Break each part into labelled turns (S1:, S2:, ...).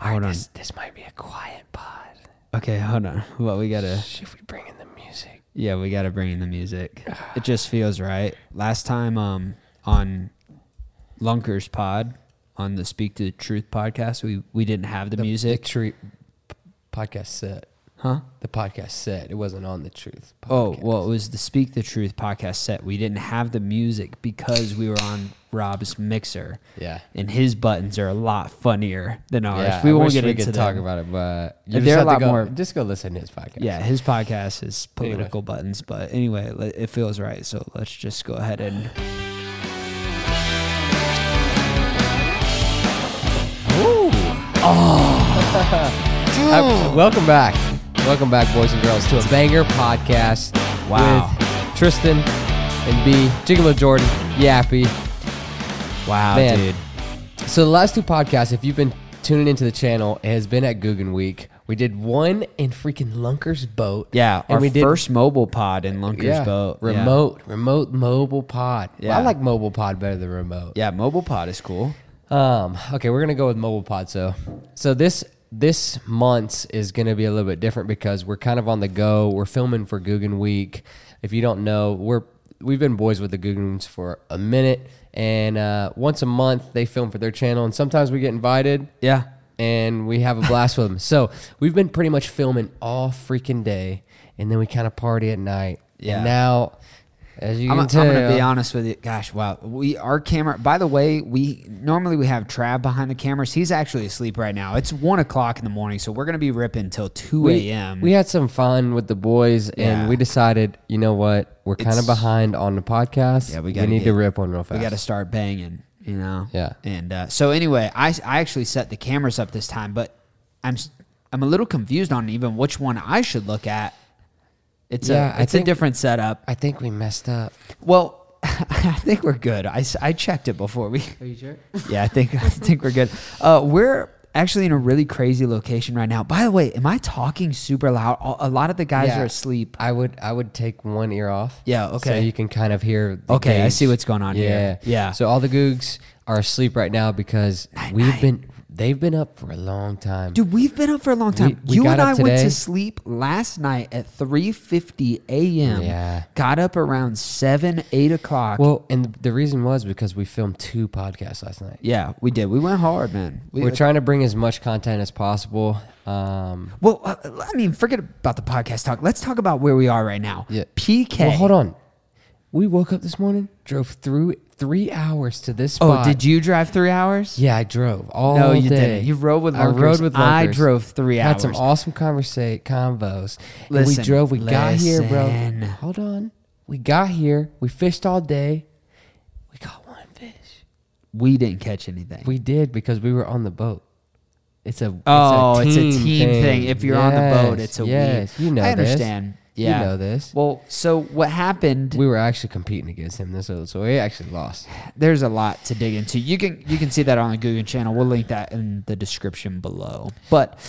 S1: All right,
S2: Hold on.
S1: This, this might be a quiet pod.
S2: Okay, hold on. Well, we gotta.
S1: Should we bring in the music?
S2: Yeah, we gotta bring in the music. It just feels right. Last time, um, on Lunker's pod, on the Speak the Truth podcast, we we didn't have the, music,
S1: The tree podcast set.
S2: huh?
S1: The podcast set. It wasn't on the truth.
S2: Oh,
S1: podcast.
S2: well, it was the Speak the Truth podcast set. We didn't have the music because we were on Rob's mixer.
S1: Yeah.
S2: and his buttons are a lot funnier than ours.
S1: Yeah,
S2: we
S1: I
S2: won't
S1: wish
S2: get
S1: we
S2: into
S1: could
S2: them.
S1: talk about it, but you
S2: They're
S1: just
S2: a
S1: have to
S2: lot
S1: go-
S2: more-
S1: Just go listen to his podcast.
S2: Yeah, his podcast is
S1: Anyway.
S2: political buttons, but anyway, le- it feels right. So let's just go ahead and.
S1: Uh, welcome back, welcome back, boys and girls, to a banger podcast.
S2: Wow.
S1: With Tristan and B, Gigolo Jordan, Yappy.
S2: Wow,
S1: Man.
S2: dude.
S1: So the last two podcasts, if you've been tuning into the channel, it has been at Guggen Week. We did one in freaking Lunker's boat.
S2: Yeah,
S1: and
S2: our
S1: we did
S2: first mobile pod in Lunker's
S1: yeah,
S2: boat. uh, Yeah.
S1: remote, remote mobile pod. Well, I
S2: Yeah.
S1: like mobile pod better than remote.
S2: Yeah, mobile pod is cool.
S1: Um, okay, we're gonna go with mobile pod. So, so this this month's is gonna be a little bit different because we're kind of on the go. We're filming for Guggen Week. If you don't know, we're we've been boys with the Guggens for a minute, and uh, once a month they film for their channel, and sometimes we get invited.
S2: Yeah.
S1: And we have a blast with them. So we've been pretty much filming all freaking day, and then we kind of party at night.
S2: Yeah.
S1: And now, as you
S2: I'm,
S1: can
S2: I'm
S1: tell,
S2: gonna be honest with you. Gosh, wow. We our camera. By the way, we normally we have Trav behind the cameras. He's actually asleep right now. It's one o'clock in the morning, so we're gonna be ripping till two
S1: we-
S2: a.m.
S1: We had some fun with the boys,
S2: Yeah.
S1: and we decided, you know what, we're kind of
S2: It's-
S1: behind on the podcast.
S2: Yeah, we
S1: we
S2: gotta
S1: need to
S2: get-
S1: rip one real fast.
S2: We got to start banging, you know.
S1: Yeah.
S2: And uh, so anyway, I I actually set the cameras up this time, but I'm s- I'm a little confused on even which one I should look at. It's
S1: Yeah,
S2: a
S1: I
S2: it's
S1: think-
S2: a different setup.
S1: I think we messed up.
S2: Well, I think we're good. I, s- I checked it before we.
S1: Are you sure?
S2: Yeah, I think I think we're good. Uh, we're actually in a really crazy location right now. By the way, am I talking super loud? A- A lot of the guys
S1: Yeah.
S2: are asleep.
S1: I would I would take one ear off.
S2: Yeah,
S1: So
S2: okay.
S1: you can kind of hear. the
S2: Okay, I
S1: gauge.
S2: see what's going on here. Yeah.
S1: So all the googs are asleep right now because we've been they've been up for a long time.
S2: Dude, we've been up for a long time.
S1: we
S2: you
S1: got
S2: and
S1: up
S2: I went
S1: today.
S2: to sleep last night at three fifty a.m.
S1: Yeah.
S2: Got up around seven, eight o'clock.
S1: Well, and the reason was because we filmed two podcasts last night.
S2: yeah, we did. We went hard, man. We,
S1: We're trying to bring as much content as possible. Um,
S2: well, uh, I mean, forget about the podcast talk. Let's talk about where we are right now.
S1: Yeah.
S2: PK.
S1: Well, hold on. We woke up this morning, drove through three hours to this
S2: Oh,
S1: spot.
S2: did you drive three hours?
S1: Yeah, I drove all
S2: No, you
S1: day.
S2: didn't. You rode with
S1: I rode
S2: Lunkers.
S1: with
S2: I
S1: Lunkers.
S2: drove three
S1: Had some
S2: hours.
S1: awesome conversa convos. And
S2: Listen,
S1: we drove. We got here, bro.
S2: listen.
S1: Hold on. We got here. We fished all day. We caught one fish.
S2: We didn't catch anything.
S1: We did because we were on the boat. It's a
S2: oh,
S1: it's a team,
S2: thing. If you're on the boat,
S1: Yes,
S2: it's a
S1: yes.
S2: we.
S1: You know
S2: I
S1: this.
S2: understand.
S1: You
S2: Yeah.
S1: know this.
S2: Well, so what happened?
S1: We were actually competing against him this episode, so we actually lost.
S2: there's a lot to dig into. You can you can see that on the Google channel. We'll link that in the description below. But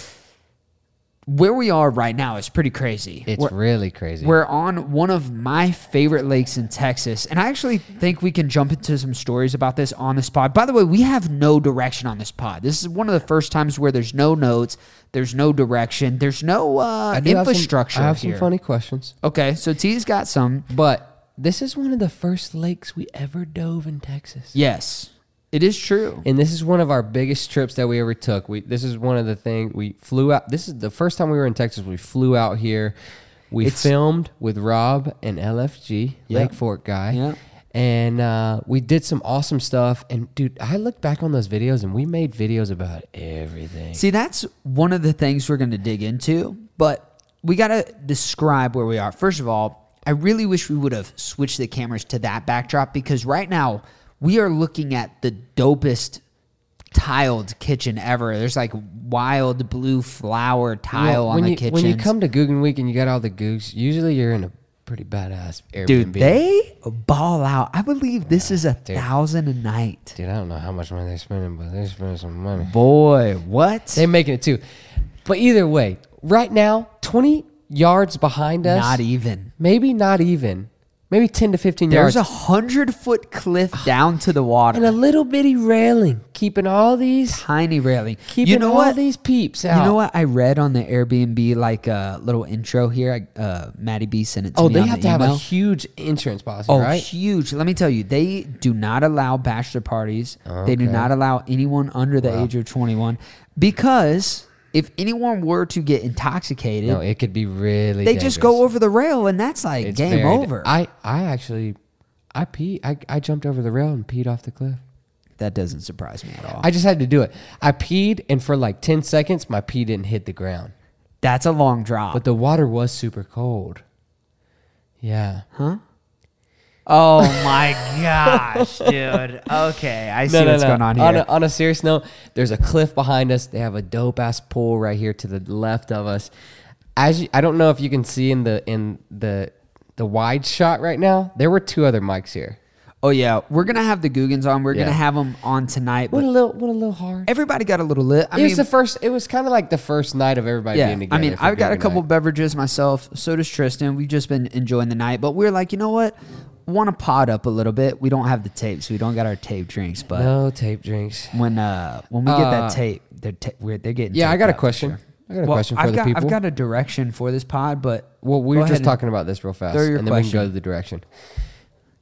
S2: where we are right now is pretty crazy.
S1: It's
S2: we're,
S1: really crazy.
S2: we're on one of my favorite lakes in Texas, and I actually think we can jump into some stories about this on this pod. By the way, we have no direction on this pod. This is one of the first times where there's no notes, there's no direction, there's no uh,
S1: I do have some-
S2: infrastructure
S1: I have
S2: here.
S1: some funny questions,
S2: okay, so T's got some.
S1: but this is one of the first lakes we ever dove in Texas.
S2: Yes, it is true.
S1: And this is one of our biggest trips that we ever took. We this is one of the things we flew out. This is the first time we were in Texas. We flew out here. We
S2: It's-
S1: filmed with Rob and LFG
S2: Yep.
S1: Lake Fork guy.
S2: Yep.
S1: And uh, we did some awesome stuff. And dude, I looked back on those videos and we made videos about everything.
S2: See, that's one of the things we're going to dig into, but we got to describe where we are. First of all, I really wish we would have switched the cameras to that backdrop because right now we are looking at the dopest tiled kitchen ever. There's like wild blue flower tile
S1: Well,
S2: on
S1: when
S2: the
S1: you,
S2: kitchen.
S1: When you come to Guggen Week and you got all the googs, usually you're in a pretty badass Airbnb.
S2: dude, they ball out. I believe this is a thousand a night.
S1: Dude, I don't know how much money they're spending, but they're spending some money.
S2: Boy, what?
S1: They're making it too. But either way, right now, 20 yards behind us,
S2: Not e- even.
S1: maybe not even, maybe 10 to 15
S2: There's
S1: yards,
S2: a hundred foot cliff down to the water.
S1: and a little bitty railing keeping all these,
S2: tiny railing.
S1: keeping
S2: you know
S1: all
S2: what?
S1: these peeps
S2: You
S1: out.
S2: know what I read on the Airbnb like uh, little intro here. I, uh, Maddie B sent it to
S1: Oh,
S2: me.
S1: they
S2: on
S1: have
S2: the
S1: to have a
S2: email.
S1: huge insurance policy,
S2: Oh,
S1: right?
S2: huge! Let me tell you, they do not allow bachelor parties. They do
S1: Okay.
S2: not allow anyone under the age of twenty-one because if anyone were to get intoxicated,
S1: no, it could be really.
S2: they just
S1: dangerous.
S2: go over the rail, and that's like
S1: It's
S2: game
S1: very-
S2: over.
S1: I I actually, I pee. I, I jumped over the rail and peed off the cliff.
S2: that doesn't surprise me at all.
S1: I just had to do it. I peed, and for like ten seconds, my pee didn't hit the ground,
S2: that's a long drop.
S1: but the water was super cold. Yeah.
S2: oh my gosh, dude! Okay, I see what's going on here.
S1: a, on a serious note, there's a cliff behind us. They have a dope ass pool right here to the left of us. As you, I don't know if you can see in the in the the wide shot right now, there were two other mics here.
S2: Oh yeah, we're gonna have the Googans on. We're
S1: Yeah.
S2: gonna have them on tonight.
S1: What a
S2: But
S1: little what a little hard.
S2: everybody got a little lit. I
S1: it
S2: mean,
S1: was the first. It was kind of like the first night of everybody
S2: yeah.
S1: being together.
S2: I mean,
S1: for
S2: I've got a
S1: Guggen
S2: couple
S1: night.
S2: beverages myself. So does Tristan. We've just been enjoying the night, but we're like, you know what? Want to pot up a little bit? We don't have the tapes. We don't got our tape drinks, but
S1: No tape drinks.
S2: when uh when we get
S1: Uh,
S2: that tape, they're ta- we're, they're getting.
S1: Yeah, I
S2: taped
S1: got a
S2: up for
S1: question.
S2: sure.
S1: I got a
S2: Well,
S1: question for
S2: I've
S1: the
S2: got,
S1: people.
S2: I've got a direction for this pod, but
S1: well, we
S2: go
S1: were
S2: ahead
S1: just
S2: and-
S1: talking about this real fast,
S2: throw your
S1: and then we can go
S2: question.
S1: to the direction.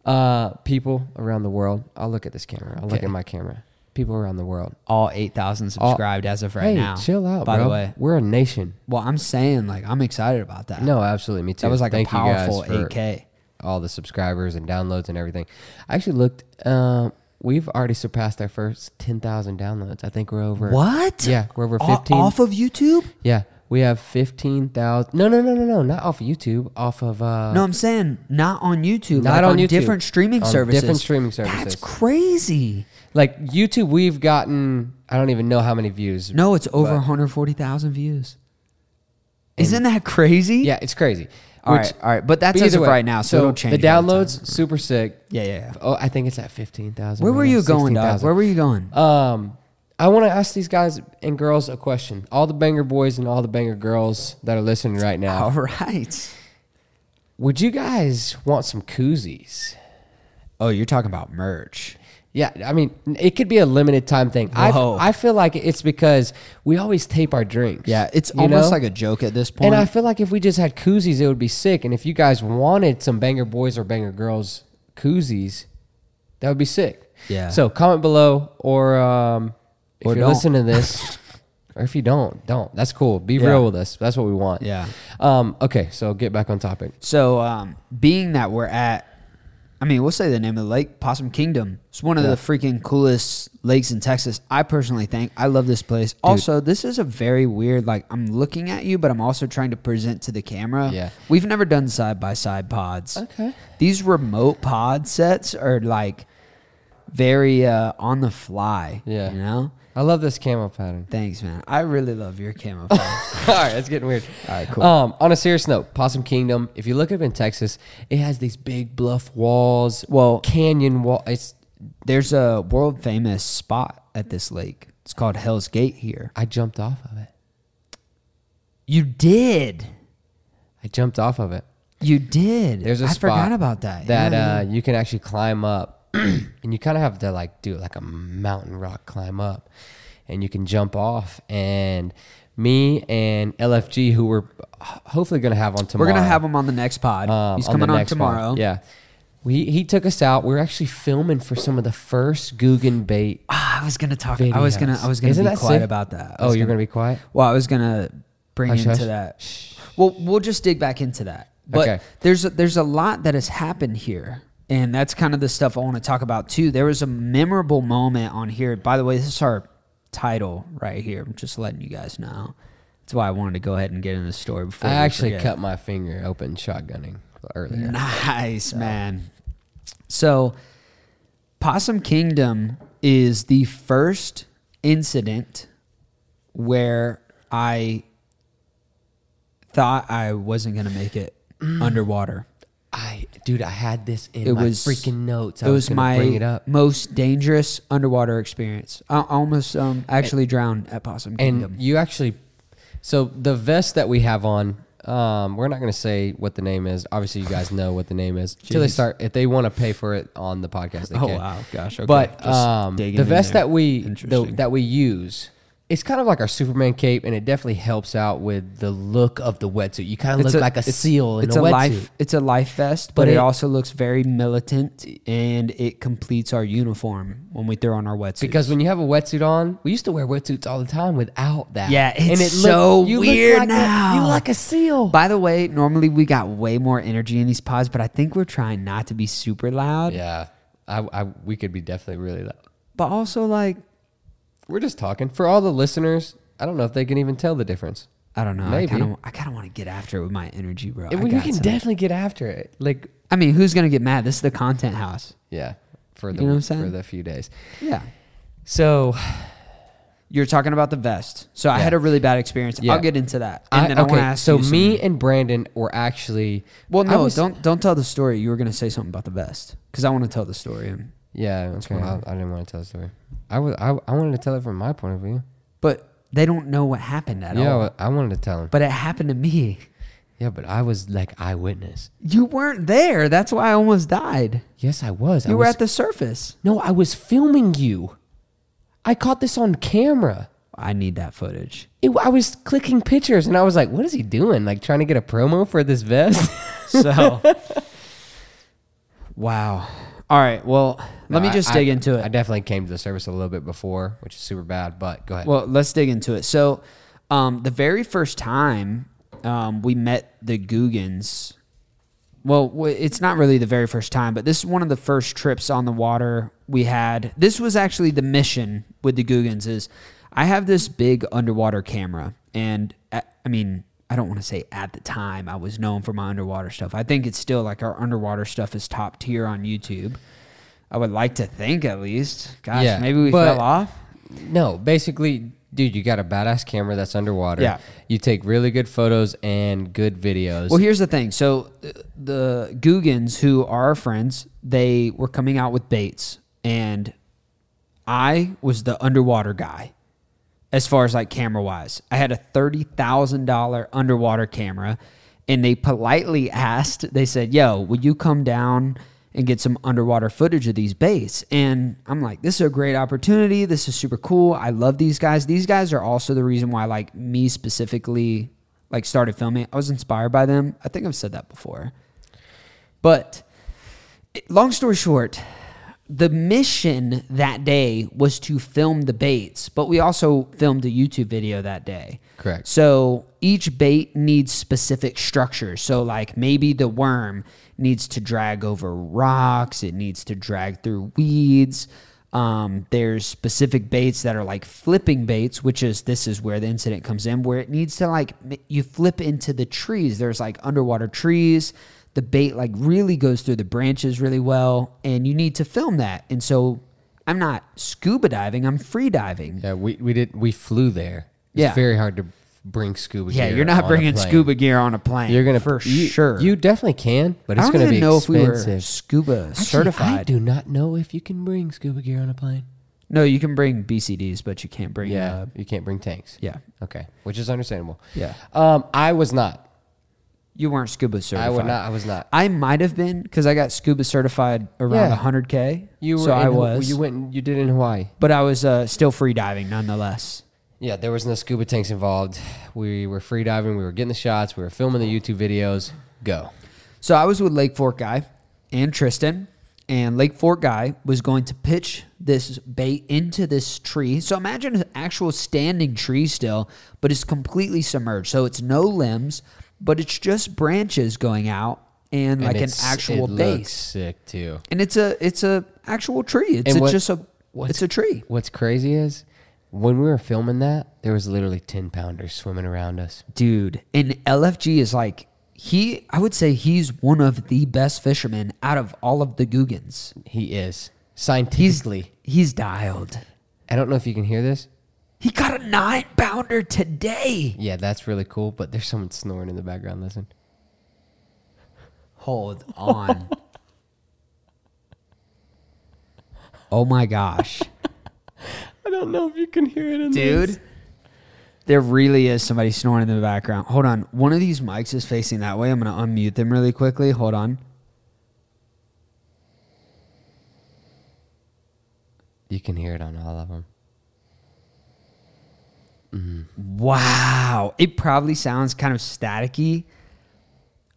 S1: Uh, people around the world. I'll look at this camera. I'll look
S2: Okay.
S1: at my camera. People around the world.
S2: all eight thousand subscribed as of right
S1: hey,
S2: now.
S1: chill out,
S2: by
S1: bro.
S2: the way.
S1: we're a nation.
S2: Well, I'm saying like I'm excited about that.
S1: No, absolutely, me too.
S2: that was like
S1: Thank
S2: a
S1: you guys
S2: powerful
S1: for
S2: 8K.
S1: All the subscribers and downloads and everything. I actually looked. Uh, we've already surpassed our first ten thousand downloads. I think we're over.
S2: What?
S1: Yeah, we're over
S2: O-
S1: fifteen.
S2: off of YouTube?
S1: Yeah, we have fifteen thousand. No, no, no, no, no, not off of YouTube. Off of uh,
S2: No, I'm saying not on YouTube.
S1: Not
S2: like
S1: on YouTube.
S2: Different streaming
S1: On
S2: services.
S1: different streaming
S2: That's
S1: services.
S2: crazy.
S1: like YouTube. We've gotten I don't even know how many views.
S2: No, it's over
S1: But-
S2: 140,000 views. Isn't that crazy?
S1: Yeah, it's crazy.
S2: All right, all right, but that's
S1: either
S2: as of right now, so it'll change
S1: The
S2: by the time.
S1: downloads, super sick.
S2: Yeah, yeah. yeah.
S1: Oh, I think it's at fifteen thousand.
S2: Where were you going, Doc? Where were you going?
S1: Um, I want to ask these guys and girls a question. All the banger boys and all the banger girls that are listening right now.
S2: All right.
S1: Would you guys want some koozies?
S2: Oh, you're talking about merch.
S1: Yeah, I mean, it could be a limited time thing.
S2: Whoa.
S1: I I feel like it's because we always tape our drinks.
S2: Yeah, it's
S1: you
S2: almost
S1: know?
S2: like a joke at this point.
S1: And I feel like if we just had koozies, it would be sick. And if you guys wanted some banger boys or banger girls koozies, that would be sick.
S2: Yeah.
S1: So comment below, or um, if
S2: Or
S1: you're
S2: don't.
S1: listening to this, or if you don't, don't. That's cool. Be real with us. That's what we want.
S2: Yeah.
S1: Um. Okay. So get back on topic.
S2: So, um, being that we're at, I mean, we'll say the name of the lake, Possum Kingdom. It's one of the freaking coolest lakes in Texas. I personally think I love this place. Also, this is a very weird. Like, I'm looking at you, but I'm also trying to present to the camera.
S1: Yeah.
S2: we've never done side by side pods.
S1: Okay.
S2: these remote pod sets are like very uh, on the fly.
S1: Yeah.
S2: you know.
S1: I love this camo pattern.
S2: Thanks, man. I really love your camera. phone.
S1: All right, that's getting weird. All
S2: right, cool.
S1: Um, on a serious note, Possum Kingdom. If you look up in Texas, it has these big bluff walls.
S2: Well-
S1: canyon wall. It's
S2: There's a world famous spot at this lake. It's called Hell's Gate here.
S1: I jumped off of it.
S2: You did.
S1: I jumped off of it.
S2: You did.
S1: There's a
S2: I
S1: spot
S2: forgot about that.
S1: That
S2: Yeah,
S1: uh, you can actually climb up, and you kind of have to like do like a mountain rock climb up, and you can jump off. And me and LFG, who we're ho- hopefully going to have on
S2: we're
S1: tomorrow,
S2: gonna have him on the next pod.
S1: um,
S2: He's
S1: the
S2: coming on,
S1: next one.
S2: tomorrow.
S1: Yeah. We, he took us out. We were actually filming for some of the first Guggen bait.
S2: Ah, I was gonna talk. I was gonna. I was gonna
S1: Isn't
S2: be
S1: that
S2: quiet
S1: sick?
S2: about that. I
S1: Oh,
S2: was
S1: you're gonna be quiet.
S2: Well, I was gonna bring
S1: Hush,
S2: into
S1: hush.
S2: that. Well, we'll just dig back into that. But
S1: Okay.
S2: there's a, there's a lot that has happened here, and that's kind of the stuff I want to talk about too. There was a memorable moment on here. By the way, this is our title right here. I'm just letting you guys know. That's why I wanted to go ahead and get in the story before
S1: I
S2: we
S1: actually
S2: forget.
S1: cut my finger open shotgunning earlier.
S2: Nice, man. So, Possum Kingdom is the first incident where I thought I wasn't going to make it underwater.
S1: I dude, I had this in
S2: It
S1: Mm. my
S2: was
S1: freaking notes. I
S2: it
S1: was,
S2: was
S1: gonna
S2: my
S1: bring it up.
S2: most dangerous underwater experience. I almost um, actually drowned at Possum
S1: And
S2: Kingdom.
S1: you actually, so the vest that we have on, um, we're not going to say what the name is. Obviously, you guys know what the name is. Till they
S2: Jeez.
S1: start, if they want to pay for it on the podcast, they
S2: Oh,
S1: can.
S2: wow. Gosh, okay.
S1: But
S2: Just
S1: um,
S2: digging
S1: the
S2: in
S1: vest
S2: there.
S1: that we the,
S2: Interesting.
S1: that we use, it's kind of like our Superman cape, and it definitely helps out with the look of the wetsuit. You kind of look like a
S2: it's-
S1: seal in
S2: it's
S1: a, wetsuit.
S2: life it's a life vest, but,
S1: But
S2: it,
S1: it-
S2: also looks very militant and it completes our uniform when we throw on our wetsuit.
S1: Because when you have a wetsuit on, we used to wear wetsuits all the time without that.
S2: Yeah, it's
S1: looked-
S2: so
S1: you look
S2: weird
S1: like a- you
S2: now.
S1: look like a seal.
S2: oh, by the way, normally we got way more energy in these pods, but I think we're trying not to be super loud.
S1: yeah, I, I, we could be definitely really loud.
S2: But also like
S1: We're just talking for all the listeners. I don't know if they can even tell the difference.
S2: I don't know.
S1: Maybe.
S2: I kinda I kinda wanna get after it with my energy, bro.
S1: And
S2: I,
S1: we
S2: got
S1: can
S2: some.
S1: definitely get after it. Like,
S2: I mean, who's gonna get mad? This is the content house.
S1: yeah, for the
S2: You know what I'm
S1: for
S2: saying?
S1: the few days.
S2: Yeah.
S1: So
S2: You're talking about the vest. So I
S1: Yeah.
S2: had a really bad experience.
S1: Yeah.
S2: I'll get into that. And then I wanna ask
S1: so
S2: you some-
S1: me and Brandon were actually
S2: Well,
S1: I
S2: no,
S1: was-
S2: don't don't tell the story. You were gonna say something about the vest because I want to tell the story.
S1: Yeah, okay. I, I didn't want to tell the story. I was I, I wanted to tell it from my point of view.
S2: But they don't know what happened at
S1: Yeah,
S2: all.
S1: I I wanted to tell him.
S2: But it happened to me.
S1: Yeah, but I was like eyewitness.
S2: You weren't there. That's why I almost died.
S1: Yes, I was. I
S2: You were
S1: was-
S2: at the surface.
S1: no. I was filming you. I caught this on camera.
S2: I need that footage.
S1: It, I was clicking pictures, and I was like, "What is he doing? Like trying to get a promo for this vest?"
S2: So, wow. All right. Well, let me
S1: I-
S2: just
S1: I-
S2: dig into it.
S1: I definitely came to the service a little bit before, which is super bad. But go ahead.
S2: Well, let's dig into it. So, um, the very first time um, we met the Googans, well, w- it's not really the very first time, but this is one of the first trips on the water we had. This was actually the mission with the Googans is I have this big underwater camera, and a- I mean. I don't want to say at the time I was known for my underwater stuff. I think it's still like our underwater stuff is top tier on YouTube. I would like to think at least. Gosh,
S1: Yeah,
S2: maybe we
S1: but-
S2: fell off.
S1: No, basically, dude, you got a badass camera that's underwater.
S2: Yeah.
S1: You take really good photos and good videos.
S2: Well, here's the thing. So uh, the Googans, who are our friends, they were coming out with baits, and I was the underwater guy as far as like camera wise. I had a thirty thousand dollar underwater camera, and they politely asked. They said, "Yo, would you come down?" And get some underwater footage of these baits. And I'm like, this is a great opportunity. This is super cool. I love these guys. These guys are also the reason why, like, me specifically like started filming. I was inspired by them. I think I've said that before. But it- long story short, the mission that day was to film the baits, but we also filmed a YouTube video that day.
S1: Correct.
S2: So each bait needs specific structures. So, like maybe the worm needs to drag over rocks, it needs to drag through weeds. Um, there's specific baits that are like flipping baits, which is this is where the incident comes in, where it needs to like m- you flip into the trees. There's like underwater trees the bait like really goes through the branches really well and you need to film that and so i'm not scuba diving i'm free diving
S1: yeah, we, we did we flew there. It's
S2: Yeah.
S1: very hard to bring scuba
S2: yeah
S1: gear.
S2: you're
S1: on
S2: not
S1: a
S2: bringing
S1: plane.
S2: scuba gear on a plane
S1: You're gonna
S2: for
S1: you-
S2: sure
S1: You definitely can, but
S2: i
S1: it's
S2: don't
S1: gonna
S2: even
S1: be
S2: know if we were
S1: expensive.
S2: scuba
S1: Actually,
S2: certified
S1: I do not know if you can bring scuba gear on a plane.
S2: no you can bring bcds but you can't bring yeah uh,
S1: you can't bring tanks.
S2: yeah
S1: Okay, which is understandable.
S2: Yeah.
S1: Um, I was not.
S2: you weren't scuba
S1: I
S2: certified
S1: would not. I was not.
S2: i might have been because i got scuba certified around
S1: Yeah.
S2: 100k
S1: You were.
S2: so
S1: in
S2: i
S1: Hu-
S2: was
S1: You went. and- You did in Hawaii.
S2: but i was uh, still free diving nonetheless
S1: Yeah, there was no scuba tanks involved. We were free diving. We were getting the shots. We were filming the YouTube videos. Go.
S2: So I was with Lake Fork guy and Tristan, and Lake Fork guy was going to pitch this bait into this tree. So imagine an actual standing tree still, but it's completely submerged. So it's no limbs, but it's just branches going out and, like an
S1: it's-
S2: actual
S1: it
S2: base.
S1: Looks sick too.
S2: And it's a it's a actual tree. It's
S1: And
S2: a,
S1: what-
S2: just a
S1: what's-
S2: it's a tree.
S1: What's crazy is when we were filming that, there was literally ten pounders swimming around us.
S2: dude and lfg is like he i would say he's one of the best fishermen out of all of the googans
S1: He is
S2: he's
S1: scientifically.
S2: he's dialed
S1: I don't know if you can hear this.
S2: He got a nine pounder today.
S1: Yeah, that's really cool, but there's someone snoring in the background. Listen.
S2: Hold on. oh my gosh.
S1: I don't know if you can hear it in
S2: Dude. There really is somebody snoring in the background. Hold on. One of these mics is facing that way. I'm going to unmute them really quickly. Hold on.
S1: You can hear it on all of them.
S2: Wow. It probably sounds kind of staticky.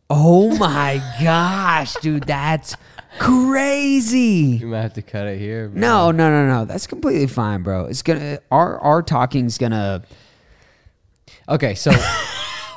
S2: Oh my gosh, dude, that's crazy.
S1: You might have to cut it here. bro.
S2: No, no, no, no. That's completely fine, bro. It's gonna our our talking's gonna
S1: Okay, so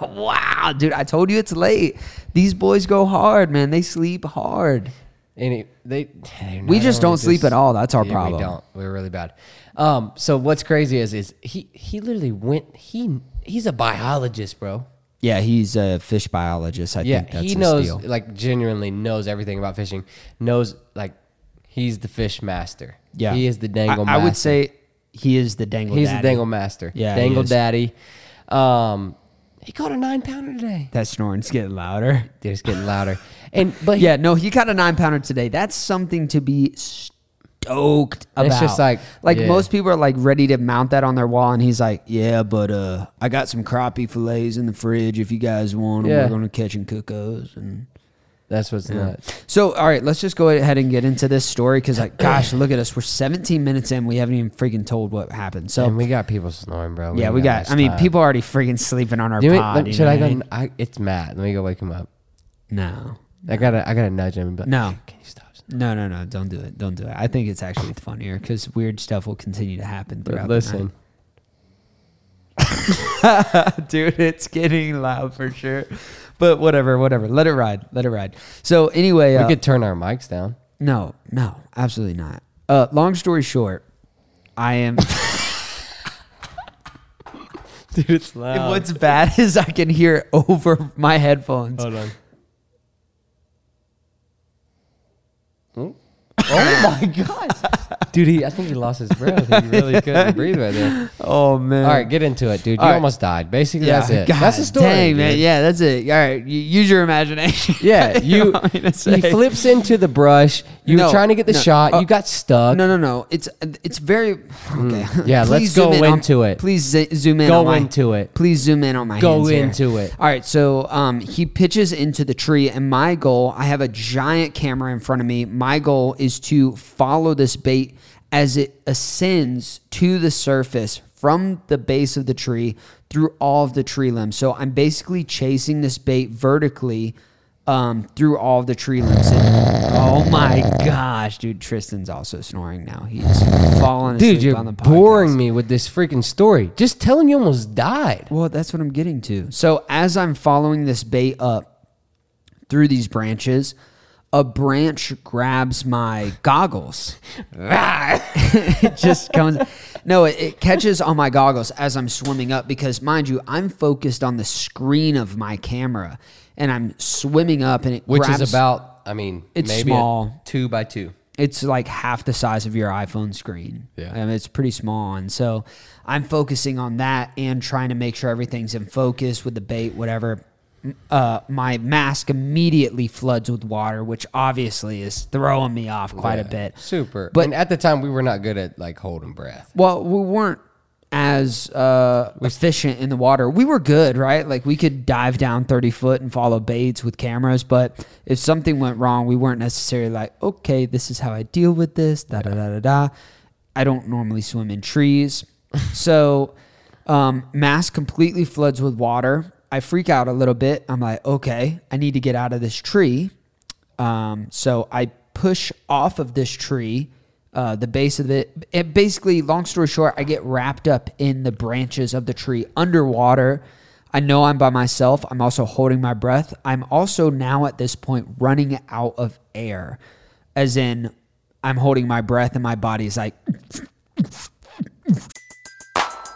S2: Wow, dude, I told you it's late. These boys go hard, man. They sleep hard.
S1: any they they're
S2: We
S1: not
S2: just
S1: only
S2: don't sleep at all. That's our
S1: Yeah,
S2: problem.
S1: We don't. We're really bad. Um. So what's crazy is is he he literally went he he's a biologist, bro.
S2: Yeah, he's a fish biologist. I
S1: Yeah,
S2: think that's
S1: he
S2: his
S1: knows
S2: deal.
S1: like genuinely knows everything about fishing. Knows like he's the fish master.
S2: Yeah.
S1: he is the dangle.
S2: I, I would
S1: master.
S2: say he is the dangle.
S1: he's
S2: daddy.
S1: the dangle master.
S2: Yeah, he
S1: dangle
S2: is.
S1: daddy. Um, he caught a nine pounder today.
S2: That snoring's getting louder.
S1: Dude, it's getting louder. And but he-
S2: Yeah, no, he got a nine pounder today. That's something to be stoked about.
S1: It's just like-
S2: like
S1: yeah.
S2: most people are like ready to mount that on their wall, and he's like, "Yeah, but uh, I got some crappie fillets in the fridge. If you guys want 'em,
S1: Yeah.
S2: we're gonna catch and cook those." And
S1: that's what's nuts.
S2: so, all right, let's just go ahead and get into this story because, like, gosh, look at us. We're 17 minutes in. We haven't even freaking told what happened. So,
S1: And we got people snoring, bro.
S2: yeah,
S1: ain't
S2: we got.
S1: much
S2: I mean,
S1: time.
S2: people are already freaking sleeping on our
S1: Do it.
S2: pod.
S1: Let-
S2: you
S1: should
S2: know
S1: I
S2: what
S1: go?
S2: I mean?
S1: I, it's Matt. Let me go wake him up.
S2: No.
S1: I gotta, I gotta nudge him. And be like,
S2: No.
S1: can you stop?
S2: No, no, no! Don't do it. Don't do it. I think it's actually funnier because weird stuff will continue to happen
S1: But
S2: throughout.
S1: listen,
S2: the night. dude, it's getting loud for sure. But whatever, whatever. Let it ride. Let it ride. So anyway, uh,
S1: we could turn our mics down.
S2: no, no, absolutely not. Uh, long story short, I am.
S1: Dude, it's loud.
S2: what's bad is I can hear it over my headphones.
S1: Hold on. Hmm? Oh my gosh, dude! He, I think he lost his breath. He really couldn't breathe right there.
S2: Oh man!
S1: All right, get into it, dude. You
S2: All right.
S1: almost died. Basically, that's
S2: Yeah,
S1: it.
S2: God
S1: that's the story.
S2: Dang, man.
S1: dude.
S2: Yeah, that's it. All right, you, use your imagination.
S1: Yeah, you
S2: want me to
S1: he
S2: say?
S1: flips into the brush. You
S2: No,
S1: were trying to get the
S2: no,
S1: shot.
S2: uh,
S1: you got stuck.
S2: No, no, no. It's it's very okay.
S1: Yeah,
S2: Please
S1: let's
S2: zoom
S1: go
S2: in on-
S1: into it.
S2: Please z- zoom in.
S1: Go
S2: on my-
S1: into it.
S2: Please zoom in on my.
S1: Go
S2: hands here.
S1: into it.
S2: All right, so um, he pitches into the tree, and my goal. I have a giant camera in front of me. My goal is to follow this bait as it ascends to the surface from the base of the tree through all of the tree limbs. So I'm basically chasing this bait vertically. Um, through all of the tree limbs. And, oh my gosh, dude! Tristan's also snoring now. He's falling asleep
S1: Dude, you're
S2: on the podcast.
S1: boring me with this freaking story. Just telling you almost died.
S2: Well, that's what I'm getting to. So as I'm following this bait up through these branches, a branch grabs my goggles. it just comes. No, it, it catches on my goggles as I'm swimming up because, mind you, I'm focused on the screen of my camera and I'm swimming up and it
S1: Which
S2: grabs,
S1: is about, I mean,
S2: It's
S1: maybe a
S2: small.
S1: two by two.
S2: it's like half the size of your iPhone screen.
S1: Yeah.
S2: I mean, it's pretty small. And so I'm focusing on that and trying to make sure everything's in focus with the bait, whatever. M- Uh, my mask immediately floods with water, which obviously is throwing me off quite a
S1: Yeah,
S2: bit.
S1: Super.
S2: But-
S1: But and at the time, we were not good at like holding breath.
S2: Well, we weren't as uh, efficient in the water. We were good, right? Like we could dive down 30 foot and follow baits with cameras, but if something went wrong, we weren't necessarily like, okay, this is how I deal with this, da da da da da. I don't normally swim in trees. so, um, mass completely floods with water. I freak out a little bit. I'm like, okay, I need to get out of this tree. Um, so I push off of this tree, uh, the base of it. It basically, long story short, I get wrapped up in the branches of the tree underwater. I know I'm by myself. I'm also holding my breath. I'm also now at this point running out of air, as in I'm holding my breath and my body is like,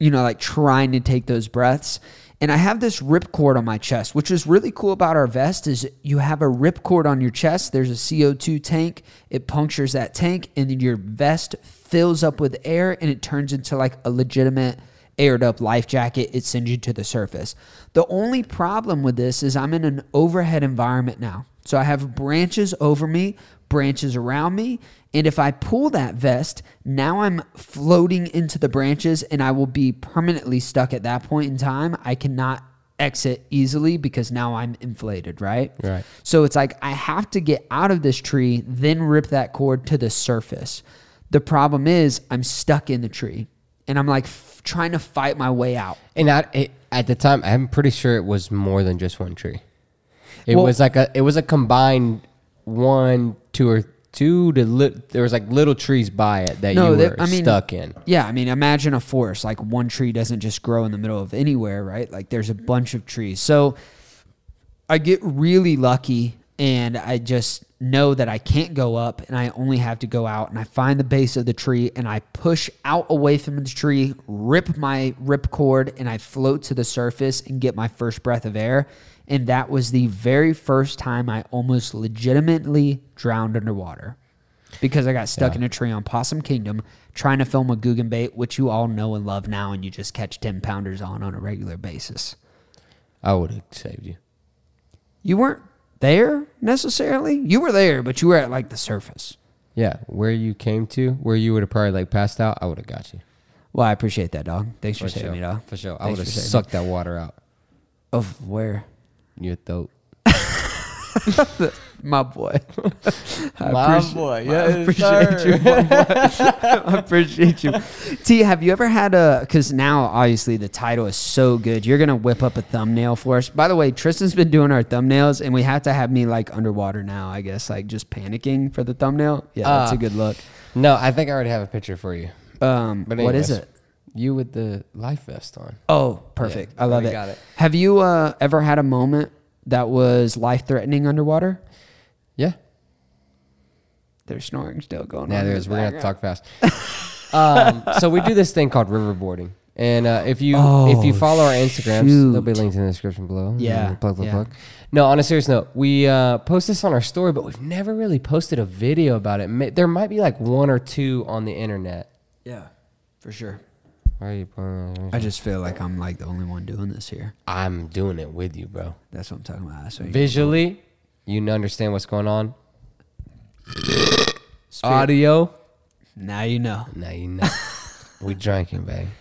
S2: you know, like trying to take those breaths. And I have this ripcord on my chest, which is really cool about our vest is you have a ripcord on your chest. There's a CO2 tank. It punctures that tank and then your vest fills up with air and it turns into like a legitimate aired up life jacket. It sends you to the surface. The only problem with this is I'm in an overhead environment now. So I have branches over me, branches around me. And if I pull that vest, now I'm floating into the branches and I will be permanently stuck at that point in time. I cannot exit easily because now I'm inflated, right?
S1: Right.
S2: So it's like I have to get out of this tree, then rip that cord to the surface. The problem is I'm stuck in the tree and I'm like f- trying to fight my way out.
S1: And I, it, at the time, I'm pretty sure it was more than just one tree. It
S2: Well-
S1: was like a it was a combined one, two, or two to li- there was like little trees by it that you were
S2: that-
S1: stuck in.
S2: Yeah, I mean, imagine a forest. Like one tree doesn't just grow in the middle of anywhere, right? Like there's a bunch of trees. So I get really lucky and I just know that I can't go up and I only have to go out and I find the base of the tree and I push out away from the tree, rip my rip cord and I float to the surface and get my first breath of air. And that was the very first time I almost legitimately drowned underwater because I got stuck in a tree on Possum Kingdom trying to film a Guggenbait, which you all know and love now, and you just catch 10 pounders on on a regular basis.
S1: I would have saved you.
S2: You weren't there necessarily. You were there, but you were at like the surface.
S1: Yeah, where you came to, where you would have probably like passed out, I would have got you.
S2: Well, I appreciate that, dog. Thanks for,
S1: For
S2: saving
S1: sure.
S2: me, dog.
S1: For sure. I
S2: Thanks
S1: would have
S2: for saving me.
S1: sucked that water out.
S2: Of where?
S1: Your throat.
S2: My boy. I
S1: My
S2: appreciate-
S1: boy.
S2: I
S1: Yes,
S2: appreciate
S1: sir.
S2: you. my boy. I appreciate you. T, have you ever had a? Because now, obviously, the title is so good. You're gonna whip up a thumbnail for us. By the way, Tristan's been doing our thumbnails, and we have to have me like underwater now. I guess like just panicking for the thumbnail. Yeah, that's a
S1: Ah.
S2: good look.
S1: No, I think I already have a picture for you.
S2: Um,
S1: But
S2: what is
S1: anyways,
S2: it?
S1: You with the life vest on.
S2: Oh, perfect. I love
S1: we
S2: it.
S1: got it.
S2: Have you uh, ever had a moment that was life threatening underwater?
S1: Yeah.
S2: There's snoring still going
S1: Yeah,
S2: on. in
S1: there
S2: the
S1: is. We're gonna have to
S2: background.
S1: talk fast. um, so we do this thing called riverboarding, and uh, if you if you
S2: Oh,
S1: follow our Instagrams, there'll be
S2: shoot.
S1: links in the description below.
S2: Yeah,
S1: Mm, plug plug
S2: yeah.
S1: plug. No, on a serious note, we uh, post this on our story, but we've never really posted a video about it. Ma- There might be like one or two on the internet.
S2: Yeah, for sure.
S1: Why are you pointing at me?
S2: I just feel like I'm like the only one doing this here.
S1: I'm doing it with you, bro.
S2: That's what I'm talking about. So you-
S1: Visually, you n- understand what's going on. Audio,
S2: now you know.
S1: Now you know. we drinking, babe.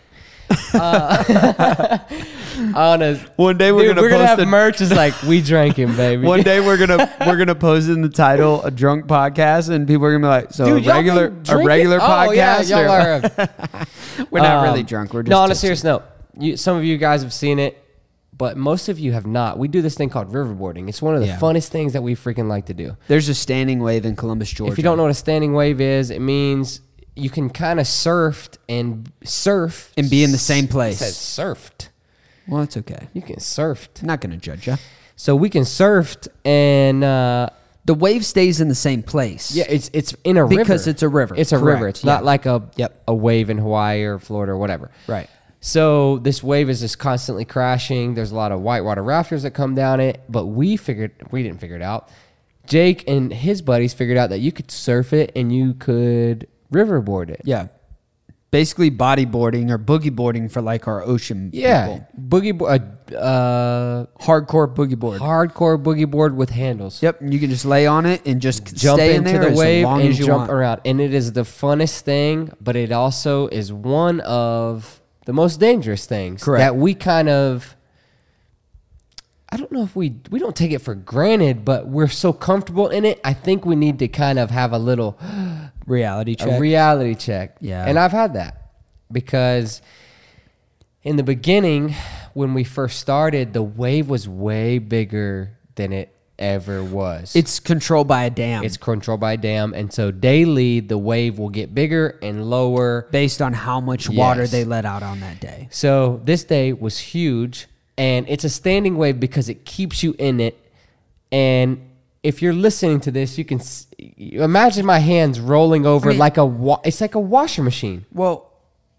S1: Uh, honest.
S2: One day we're
S1: Dude,
S2: gonna
S1: we're gonna
S2: post
S1: have
S2: a-
S1: merch. Is like we drinking, baby.
S2: One day we're gonna we're gonna post in the title a drunk podcast, and people are gonna be like, "So
S1: Dude,
S2: a
S1: y'all
S2: regular
S1: been
S2: a
S1: drinking?
S2: regular
S1: Oh, yeah,
S2: podcast?"
S1: y'all
S2: or-
S1: are, uh,
S2: we're not really
S1: um,
S2: drunk. We're just
S1: no. On a
S2: tipsy.
S1: serious note, you, some of you guys have seen it, but most of you have not. We do this thing called riverboarding. It's one of the
S2: Yeah.
S1: funnest things that we freaking like to do.
S2: There's a standing wave in Columbus, Georgia.
S1: If you don't know what a standing wave is, it means you can kind of surfed and surf
S2: and be in the same
S1: It
S2: place,
S1: says surfed.
S2: well, it's okay.
S1: You can surfed.
S2: I'm not gonna judge you.
S1: So we can surfed and uh,
S2: The wave stays in the same place.
S1: yeah, it's it's in a river
S2: Because it's a river,
S1: It's a river.
S2: correct,
S1: It's not
S2: yeah.
S1: like a
S2: Yep.
S1: a wave in Hawaii or Florida or whatever.
S2: Right.
S1: So this wave is just constantly crashing. There's a lot of whitewater rafters that come down it, but we figured we didn't figure it out. Jake and his buddies figured out that you could surf it and you could riverboard it.
S2: Yeah. Basically, bodyboarding or boogie boarding for like our ocean
S1: Yeah,
S2: people.
S1: boogie board, uh, uh,
S2: Hardcore boogie board.
S1: hardcore boogie board with handles.
S2: Yep, and you can just lay on it and just
S1: jump
S2: stay in
S1: into
S2: there
S1: the
S2: as
S1: wave
S2: long
S1: and
S2: as you
S1: jump
S2: want.
S1: around. And it is the funnest thing, but it also is one of the most dangerous things
S2: Correct.
S1: that we kind of. I don't know if we we don't take it for granted, but we're so comfortable in it. I think we need to kind of have a little
S2: Reality
S1: a
S2: check.
S1: reality check.
S2: Yeah.
S1: And I've had that because in the beginning, when we first started, the wave was way bigger than it ever was.
S2: It's controlled by a dam.
S1: It's controlled by a dam, and so daily the wave will get bigger and lower.
S2: based on how much water
S1: Yes.
S2: they let out on that day.
S1: So this day was huge, and it's a standing wave because it keeps you in it. And if you're listening to this, you can s- you imagine my hands rolling over like a wa- it's like a washer machine.
S2: Well,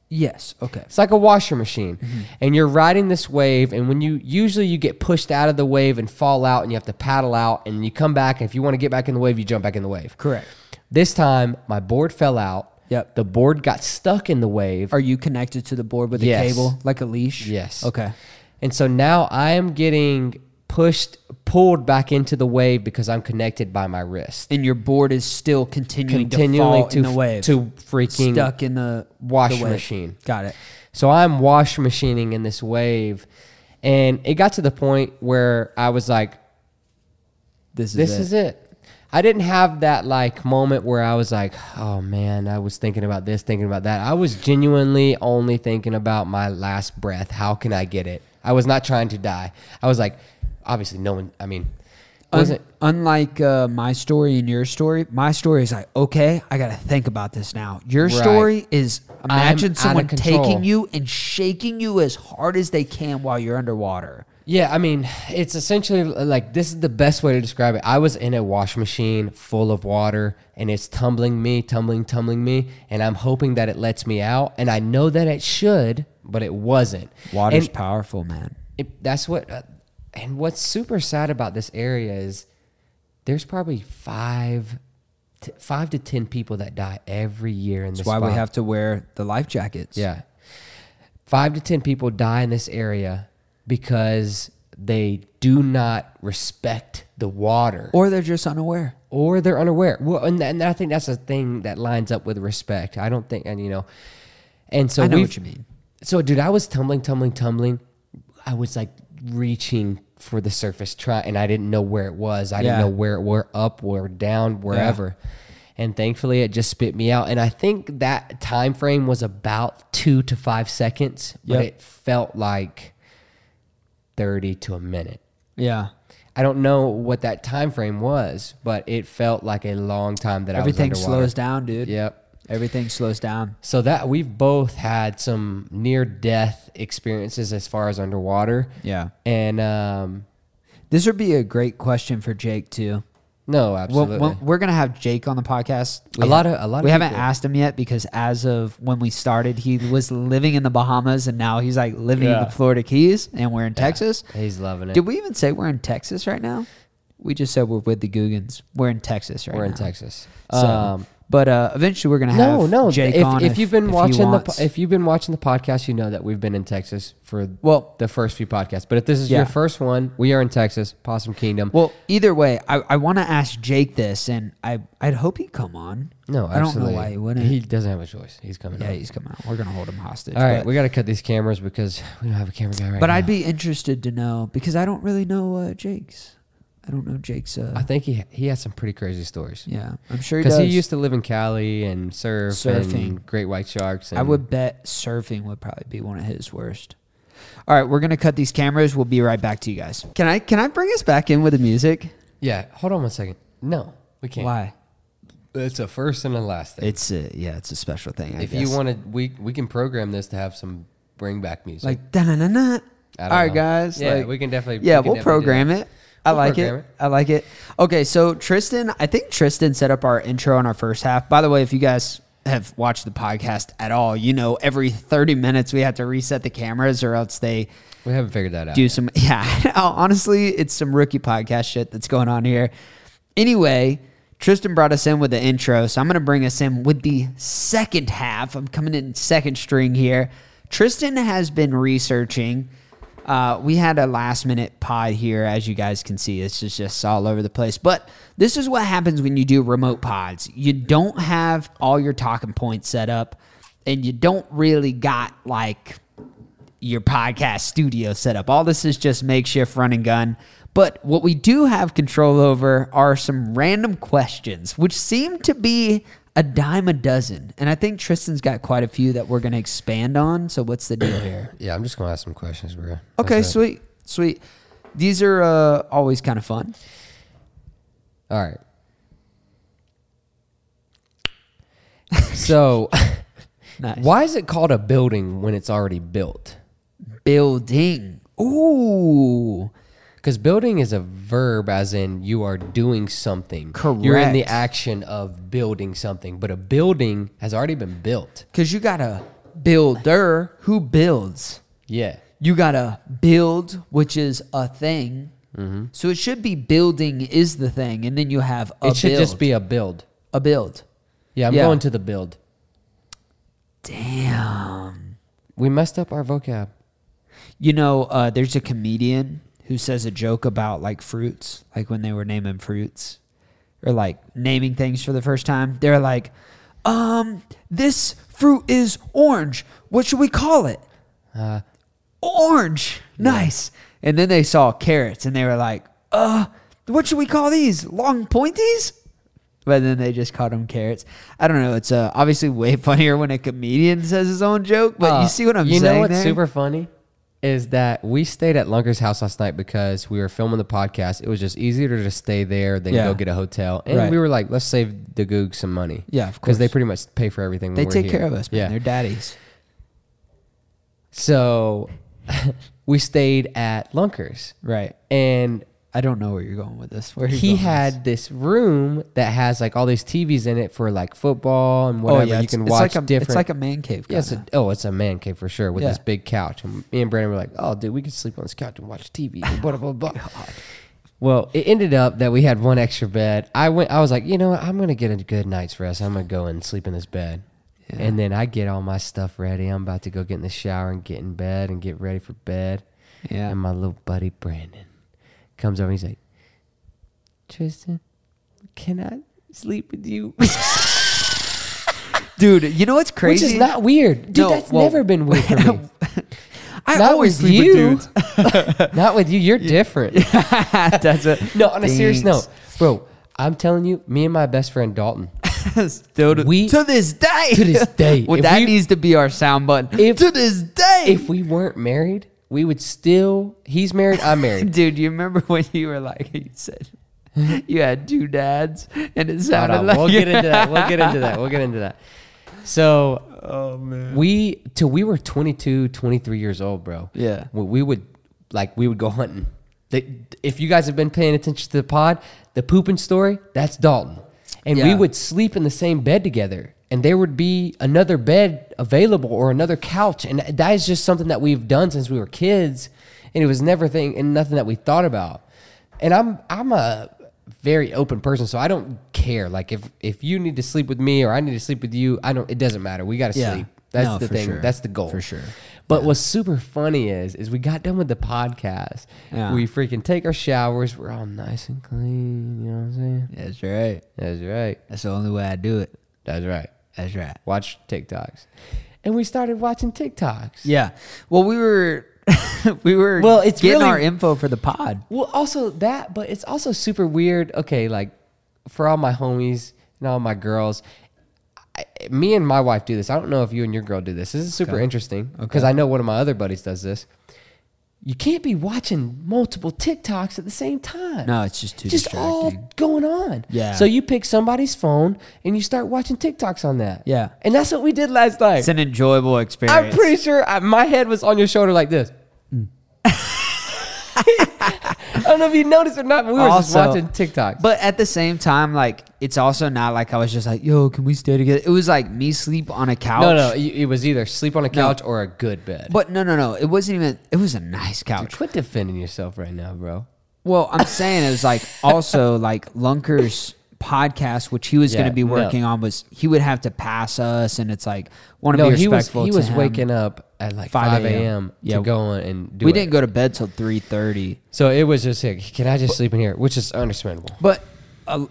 S2: yes. Okay.
S1: It's like a washer machine,
S2: Mm-hmm.
S1: and you're riding this wave. And when you usually you get pushed out of the wave and fall out, and you have to paddle out, and you come back. And if you want to get back in the wave, you jump back in the wave.
S2: Correct.
S1: This time, my board fell out.
S2: Yep.
S1: The board got stuck in the wave.
S2: Are you connected to the board with a
S1: Yes.
S2: cable, like a leash?
S1: Yes.
S2: Okay.
S1: And so now I am getting pushed, pulled back into the wave because I'm connected by my wrist.
S2: And your board is still continuing, to
S1: Continually
S2: fall in the wave,
S1: to freaking
S2: stuck in the the
S1: washing
S2: wave.
S1: machine.
S2: Got it.
S1: So I'm wash machining in this wave. And it got to the point where I was like,
S2: This is
S1: this
S2: it.
S1: is it. I didn't have that like moment where I was like, oh man, I was thinking about this, thinking about that. I was genuinely only thinking about my last breath. How can I get it? I was not trying to die. I was like, obviously, no one, I mean,
S2: Un-
S1: wasn't.
S2: unlike uh, my story and your story, my story is like, okay, I got to think about this now. Your
S1: Right.
S2: story is
S1: I'm out
S2: imagine
S1: of
S2: someone taking
S1: control.
S2: you and shaking you as hard as they can while you're underwater.
S1: Yeah, I mean, it's essentially like this is the best way to describe it. I was in a wash machine full of water and it's tumbling me, tumbling, tumbling me, and I'm hoping that it lets me out. And I know that it should, but it wasn't.
S2: Water's
S1: And
S2: powerful, man.
S1: it, that's what uh, and what's super sad about this area is there's probably five t- five to ten people that die every year in this
S2: That's why we
S1: spot.
S2: have to wear the life jackets.
S1: yeah five to ten people die in this area because they do not respect the water
S2: Or they're just unaware.
S1: or they're unaware. Well, and, and I think that's a thing that lines up with respect. I don't think, and you know, and so
S2: I know
S1: we've-
S2: what you mean.
S1: So, dude, I was tumbling, tumbling, tumbling. I was like reaching for the surface, try, and I didn't know where it was. I didn't
S2: Yeah.
S1: know where it were up, where down, wherever. And thankfully, it just spit me out. And I think that time frame was about two to five seconds, but
S2: Yep.
S1: it felt like thirty to a minute.
S2: Yeah.
S1: I don't know what that time frame was, but it felt like a long time that
S2: Everything
S1: I was underwater.
S2: slows down, dude.
S1: Yep.
S2: Everything slows down.
S1: So that we've both had some near death experiences as far as underwater.
S2: Yeah.
S1: And um
S2: This would be a great question for Jake too.
S1: no,
S2: Well,
S1: absolutely.
S2: well, we're gonna have Jake on the podcast.
S1: A lot of- a lot of
S2: We haven't
S1: people.
S2: asked him yet because as of when we started, he was living in the Bahamas and now he's like living in
S1: Yeah.
S2: the Florida Keys and we're in Texas.
S1: He's loving it.
S2: Did we even say we're in Texas right now? We just said we're with the Googans. We're in Texas right now.
S1: We're in Texas.
S2: So,
S1: um
S2: but uh, eventually we're gonna have
S1: no, no.
S2: Jake
S1: if,
S2: on
S1: if you've been
S2: if he
S1: watching the
S2: wants.
S1: po- if you've been watching the podcast, you know that we've been in Texas for
S2: Well-
S1: the first few podcasts. But if this is
S2: Yeah.
S1: your first one, we are in Texas, Possum Kingdom.
S2: Well, either way, I, I want to ask Jake this, and I I'd hope he'd come on.
S1: no,
S2: I don't know
S1: absolutely.
S2: why he wouldn't.
S1: He doesn't have a choice. He's coming.
S2: yeah,
S1: on.
S2: he's coming on. We're gonna hold him hostage.
S1: All right,
S2: but,
S1: we got to cut these cameras because we don't have a camera guy right
S2: but
S1: now.
S2: I'd be interested to know because I don't really know uh, Jake's. I don't know Jake's. Uh,
S1: I think he he has some pretty crazy stories.
S2: yeah, I'm sure he does.
S1: Because he, used to live in Cali and surf
S2: Surfing.
S1: and great white sharks. And
S2: I would bet surfing would probably be one of his worst. All right, we're gonna cut these cameras. We'll be right back to you guys. Can I can I bring us back in with the music?
S1: Yeah, hold on one second. No, we can't.
S2: Why?
S1: It's a first and a last thing.
S2: It's a yeah, it's a special thing. I
S1: if
S2: guess.
S1: you want to, we we can program this to have some bring back music.
S2: like da na na na. All
S1: I don't
S2: right,
S1: know.
S2: guys.
S1: Yeah,
S2: like-
S1: we can definitely-
S2: Yeah,
S1: we can
S2: we'll
S1: definitely do
S2: program
S1: that.
S2: it. I
S1: We'll
S2: like it.
S1: program it.
S2: I like it. Okay, so Tristan, I think Tristan set up our intro on our first half. By the way, if you guys have watched the podcast at all, you know every thirty minutes we have to reset the cameras, or else they
S1: we haven't figured that out.
S2: do some yeah honestly it's some rookie podcast shit that's going on here anyway tristan brought us in with the intro so i'm going to bring us in with the second half i'm coming in second string here tristan has been researching uh, we had a last minute pod here as you guys can see it's just, just all over the place but this is what happens when you do remote pods you don't have all your talking points set up and you don't really got like your podcast studio setup. All this is just makeshift run and gun. But what we do have control over are some random questions, which seem to be a dime a dozen. And I think Tristan's got quite a few that we're going to expand on. So what's the deal here?
S1: Yeah, I'm just gonna ask some questions, bro. That's
S2: okay,
S1: it.
S2: sweet, sweet. These are uh, always kind of fun.
S1: All right. So,
S2: Nice.
S1: why is it called a building when it's already built?
S2: Building. Ooh.
S1: Because building is a verb, as in you are doing something. You're in the
S2: Correct.
S1: action of building something, but a building has already been built.
S2: Because you got a builder who builds.
S1: Yeah.
S2: You got a build, which is a thing.
S1: Mm-hmm.
S2: So it should be building is the thing. And then you have a
S1: it should
S2: build.
S1: just be a build.
S2: a build.
S1: Yeah, I'm
S2: Yeah.
S1: going to the build.
S2: Damn.
S1: We messed up our vocab.
S2: You know, uh, there's a comedian who says a joke about like fruits, like when they were naming fruits or like naming things for the first time. They're like, um, this fruit is orange. What should we call it?
S1: Uh,
S2: orange. Nice. And then they saw carrots and they were like, uh, what should we call these? Long pointies? But then they just called them carrots. I don't know. It's uh, obviously way funnier when a comedian says his own joke, but
S1: Uh,
S2: you see what I'm
S1: you
S2: saying?
S1: know what's
S2: there?
S1: super funny is that we stayed at Lunker's house last night because we were filming the podcast. It was just easier to just stay there than
S2: Yeah.
S1: go get a hotel. And
S2: Right.
S1: we were like, let's save the Goog some money.
S2: Yeah, of
S1: Because they
S2: course.
S1: pretty much pay for everything. when
S2: They
S1: we're
S2: take
S1: here.
S2: care of us, man. They're daddies.
S1: So we stayed at Lunker's.
S2: Right.
S1: And
S2: I don't know where you're going with this. Where are you
S1: he
S2: going with
S1: had this room that has like all these TVs in it for like football and
S2: this?
S1: whatever. you
S2: Oh, it's-
S1: can
S2: it's
S1: watch
S2: like a,
S1: different.
S2: It's like a man cave.
S1: Yeah, it's a,
S2: kinda.
S1: oh, it's a man cave for sure with
S2: Yeah.
S1: this big couch. And me and Brandon were like, oh, dude, we could sleep on this couch and watch TV. Blah, blah, blah. Well, it ended up that we had one extra bed. I went. I was like, you know what? I'm gonna get a good night's rest. I'm gonna go and sleep in this bed. And then I get all my stuff ready. I'm about to go get in the shower and get in bed and get ready for bed.
S2: Yeah.
S1: And my little buddy Brandon comes over. and He's like, Tristan, can I sleep with you?
S2: dude. You know what's
S1: Which
S2: crazy?
S1: is not weird, dude.
S2: No,
S1: that's
S2: well,
S1: never been weird for me.
S2: I
S1: not
S2: always
S1: with
S2: sleep
S1: you.
S2: with dudes.
S1: Not with you. You're different.
S2: That's it.
S1: No, on a serious
S2: Thanks.
S1: note, bro. I'm telling you, me and my best friend Dalton.
S2: Still to,
S1: We-
S2: to this day.
S1: To this day.
S2: well,
S1: If
S2: that
S1: we-
S2: needs to be our sound button.
S1: If-
S2: to this day.
S1: If we weren't married, we would still. He's married. I'm married.
S2: Dude, you remember when you were like, you said you had two dads and it sounded
S1: Hold on,
S2: like
S1: we'll get into that. We'll get into that. We'll get into that. So, Oh, we till we were 22, 23 years old, bro.
S2: Yeah.
S1: We, we would like we would go hunting. The, if you guys have been paying attention to the pod, the pooping story, that's Dalton. And we
S2: Yeah.
S1: would sleep in the same bed together. And there would be another bed available or another couch. And that is just something that we've done since we were kids. And it was never thing and nothing that we thought about. And I'm I'm a very open person, so I don't care. Like if if you need to sleep with me or I need to sleep with you, I don't it doesn't matter. We gotta
S2: Yeah.
S1: sleep. That's
S2: No,
S1: the
S2: for
S1: thing.
S2: sure.
S1: That's the goal.
S2: For sure.
S1: But what's super funny is, is we got done with the podcast.
S2: Yeah.
S1: We freaking take our showers. We're all nice and clean. You know what I'm saying?
S2: That's right.
S1: That's right.
S2: That's the only way I do it.
S1: That's right.
S2: That's right.
S1: Watch TikToks. And we started watching TikToks.
S2: Yeah. Well, we were we were
S1: Well, it's
S2: getting
S1: really-
S2: our info for the pod.
S1: Well, also that, but it's also super weird. Okay, like for all my homies and all my girls, I, me and my wife do this. I don't know if you and your girl do this. This is super interesting because I know one of my other buddies does this. You can't be watching multiple TikToks at the same time.
S2: No, it's just too
S1: just
S2: distracting.
S1: all going on.
S2: Yeah.
S1: So you pick somebody's phone and you start watching TikToks on that.
S2: Yeah.
S1: And that's what we did last night.
S2: It's an enjoyable experience.
S1: I'm pretty sure I, my head was on your shoulder like this. I don't know if you noticed or not, but we were just
S2: Also-
S1: watching TikTok.
S2: But at the same time, like it's also not like I was just like, "Yo, can we stay together?" It was like me sleep on a couch.
S1: no, no, it it was either sleep on a couch or a good bed.
S2: But no, no, no. It wasn't even. It was a nice couch.
S1: Quit defending yourself right now, bro.
S2: Well, I'm saying it was like also like Lunker's podcast, which he was
S1: Yeah,
S2: going to be
S1: no.
S2: working on, was he would have to pass us, and it's like want to
S1: No,
S2: be
S1: he was
S2: respectful.
S1: he
S2: to
S1: was
S2: him.
S1: waking up at like
S2: 5
S1: 5
S2: a.m.
S1: a.m.
S2: Yeah.
S1: to go in and do
S2: We
S1: it.
S2: didn't go to bed till three thirty.
S1: So it was just like, can I just sleep in here? Which is understandable.
S2: But uh,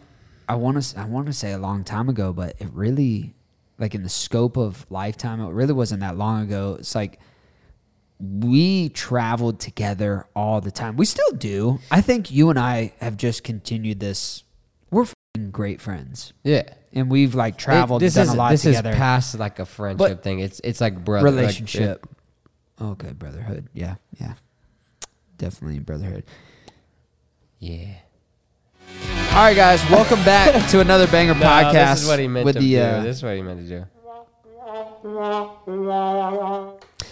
S2: I want to I want to say a long time ago, but it really like in the scope of lifetime, it really wasn't that long ago. It's like we traveled together all the time. We still do. I think you and I have just continued this. We're fing great friends,
S1: Yeah.
S2: and we've like traveled.
S1: It- this
S2: done
S1: is
S2: a lot
S1: this
S2: together.
S1: is past like a friendship thing. It's it's like brother like, it-
S2: relationship. okay, brotherhood. Yeah, yeah, definitely brotherhood.
S1: yeah.
S2: All right, guys, welcome back to another banger
S1: No,
S2: podcast.
S1: This is what he meant
S2: with
S1: to
S2: the,
S1: do.
S2: uh,
S1: this is what he meant to do.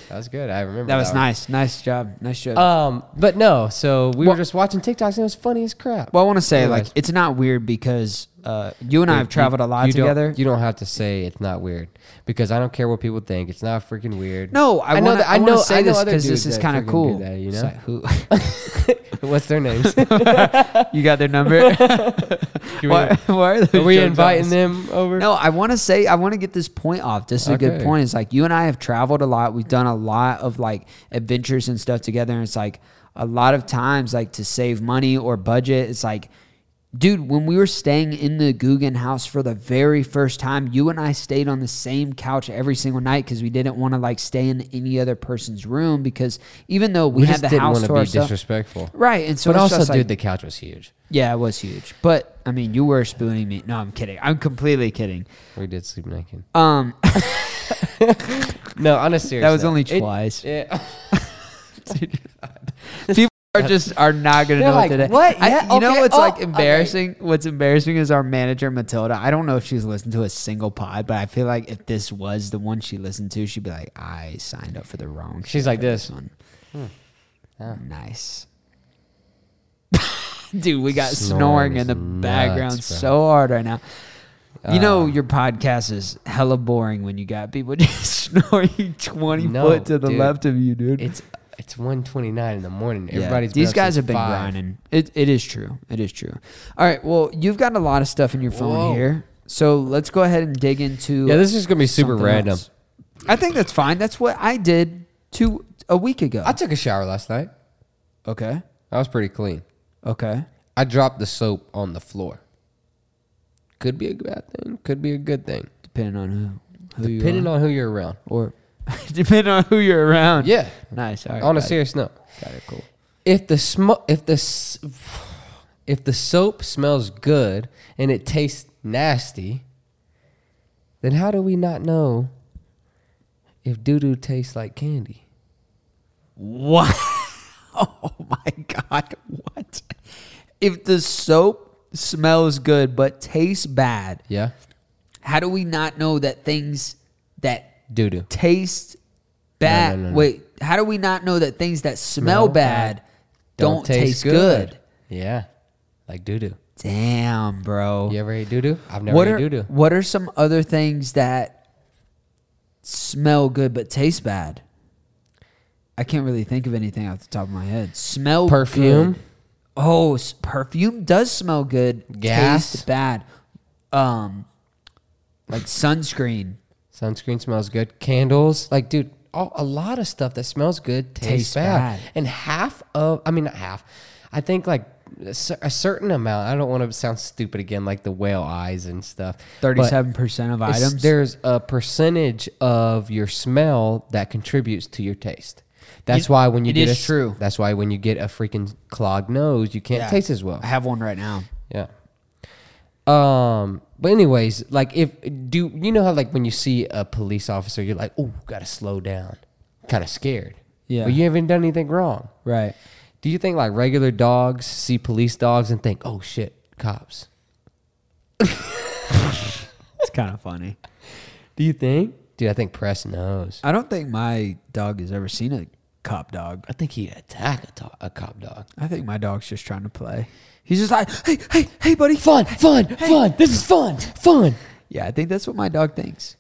S1: That was good. I remember.
S2: that was
S1: one.
S2: nice. Nice job. Nice job.
S1: Um, but no. So we
S2: Well-
S1: were just watching TikToks and it was funny as crap.
S2: well, I want to say,
S1: Anyways.
S2: like, it's not weird because uh, you and I have
S1: You-
S2: traveled a lot
S1: you don't-
S2: together.
S1: you don't have to say it's not weird because I don't care what people think. It's not freaking weird.
S2: no, I,
S1: know
S2: want
S1: that-
S2: to. I, want
S1: know-
S2: to say
S1: know
S2: this
S1: other
S2: because this
S1: dudes
S2: is
S1: that
S2: kind
S1: freaking
S2: of
S1: do
S2: cool.
S1: that, you
S2: It's
S1: know?
S2: like, who?
S1: What's their names?
S2: you got their number? why, why are,
S1: Are
S2: those
S1: we
S2: jokes
S1: inviting
S2: always-
S1: them over?
S2: No, I want to say I want to get this point off. This is a good
S1: Okay.
S2: point. It's like you and I have traveled a lot. We've done a lot of like adventures and stuff together. And it's like a lot of times, like to save money or budget, it's like, dude, when we were staying in the Guggen house for the very first time, you and I stayed on the same couch every single night because we didn't want to like stay in any other person's room because even though we,
S1: we
S2: had
S1: just
S2: the
S1: didn't
S2: house
S1: want
S2: to
S1: to be
S2: ourselves,
S1: disrespectful.
S2: right? And so,
S1: but
S2: it's
S1: also,
S2: just,
S1: dude,
S2: like,
S1: the couch was huge.
S2: yeah, it was huge. But I mean, you were spooning me. No, I'm kidding. I'm completely kidding.
S1: We did sleep naked.
S2: Um.
S1: No, on a serious.
S2: That was
S1: note,
S2: only
S1: it-
S2: twice.
S1: it-
S2: are just are not gonna
S1: They're
S2: know
S1: like,
S2: today.
S1: "What?
S2: I-
S1: Yeah,
S2: you know
S1: okay,
S2: what's
S1: oh,
S2: like
S1: okay."
S2: embarrassing? What's embarrassing is our manager Matilda. I don't know if she's listened to a single pod, but I feel like if this was the one she listened to, she'd be like, "I signed up for the wrong."
S1: She's
S2: shit
S1: like
S2: for
S1: this. Hmm.
S2: one. Nice. Dude, we got
S1: Snoring
S2: snoring
S1: is
S2: in the
S1: nuts,
S2: background
S1: bro. Uh,
S2: so hard right now. You know your podcast is hella boring when you got people just snoring twenty
S1: No,
S2: foot to the
S1: dude.
S2: left of you, dude.
S1: it's it's one twenty nine in the morning.
S2: Yeah,
S1: Everybody's been
S2: these
S1: up
S2: guys
S1: since
S2: have been
S1: five.
S2: grinding. It, it is true. It is true. All right. Well, you've got a lot of stuff in your phone
S1: Whoa.
S2: here, so let's go ahead and dig into.
S1: Yeah, this is gonna be super
S2: something
S1: random.
S2: else. I think that's fine. That's what I did two a week ago.
S1: I took a shower last night.
S2: okay.
S1: I was pretty clean.
S2: Okay.
S1: I dropped the soap on the floor. Could be a bad thing. Could be a good thing.
S2: Depending on who, who
S1: Depending
S2: you are,
S1: on who you're around.
S2: or depending on who you're around.
S1: Yeah.
S2: Nice. All right.
S1: on a
S2: got it.
S1: serious note,
S2: Got it. Cool.
S1: if the sm- if the s- if the soap smells good and it tastes nasty, then how do we not know if doo doo tastes like candy?
S2: What? oh my god! What? If the soap smells good but tastes bad,
S1: Yeah,
S2: How do we not know that things that
S1: doo doo.
S2: taste bad?
S1: no, no, no.
S2: Wait, how do we not know that things that smell, bad, don't, taste, good?
S1: Yeah, like doo doo.
S2: Damn, bro.
S1: You ever ate doo doo? I've never
S2: what
S1: ate
S2: are
S1: doo doo.
S2: what are some other things that smell good but taste bad? I can't really think of anything off the top of my head. Smell
S1: Perfume.
S2: good. Oh, s- perfume does smell good.
S1: Gas.
S2: Taste bad. Um, like sunscreen.
S1: Sunscreen smells good. Candles, like dude, all, a lot of stuff that smells good tastes,
S2: Tastes
S1: bad.
S2: bad.
S1: And half of, I mean, not half. I think like a cer- a certain amount. I don't want to sound stupid again, like the whale eyes and stuff. but
S2: Thirty-seven percent of
S1: it's-
S2: items.
S1: There's a percentage of your smell that contributes to your taste. That's
S2: You-
S1: why when you
S2: it is
S1: get a s-
S2: true.
S1: That's why when you get a freaking clogged nose, you can't
S2: Yeah.
S1: taste as well.
S2: I have one right now.
S1: Yeah. Um, but anyways, like if do you know how like when you see a police officer, you're like, oh, gotta slow down, kind of scared.
S2: Yeah.
S1: But you haven't done anything wrong.
S2: Right.
S1: Do you think like regular dogs see police dogs and think, oh shit, cops?
S2: It's kind of funny.
S1: Do you think? Dude, I think press knows.
S2: I don't think my dog has ever seen a cop dog.
S1: I think he'd attack a, to- a cop dog.
S2: I think my dog's just trying to play. He's just like, hey, hey, hey, buddy.
S1: Fun, fun, fun. This is fun, fun.
S2: Yeah, I think that's what my dog thinks.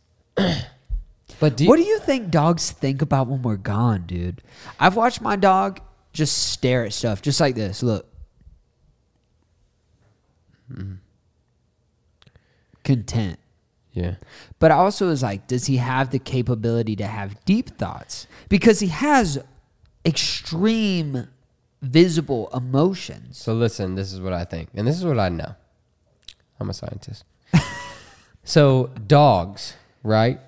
S1: But do you,
S2: What do you think dogs think about when we're gone, dude? I've watched my dog just stare at stuff, just like this. Look. Hmm. Content.
S1: yeah.
S2: But I also is like, does he have the capability to have deep thoughts? Because he has extreme visible emotions.
S1: So listen, this is what I think, and this is what I know. I'm a scientist. so dogs, right?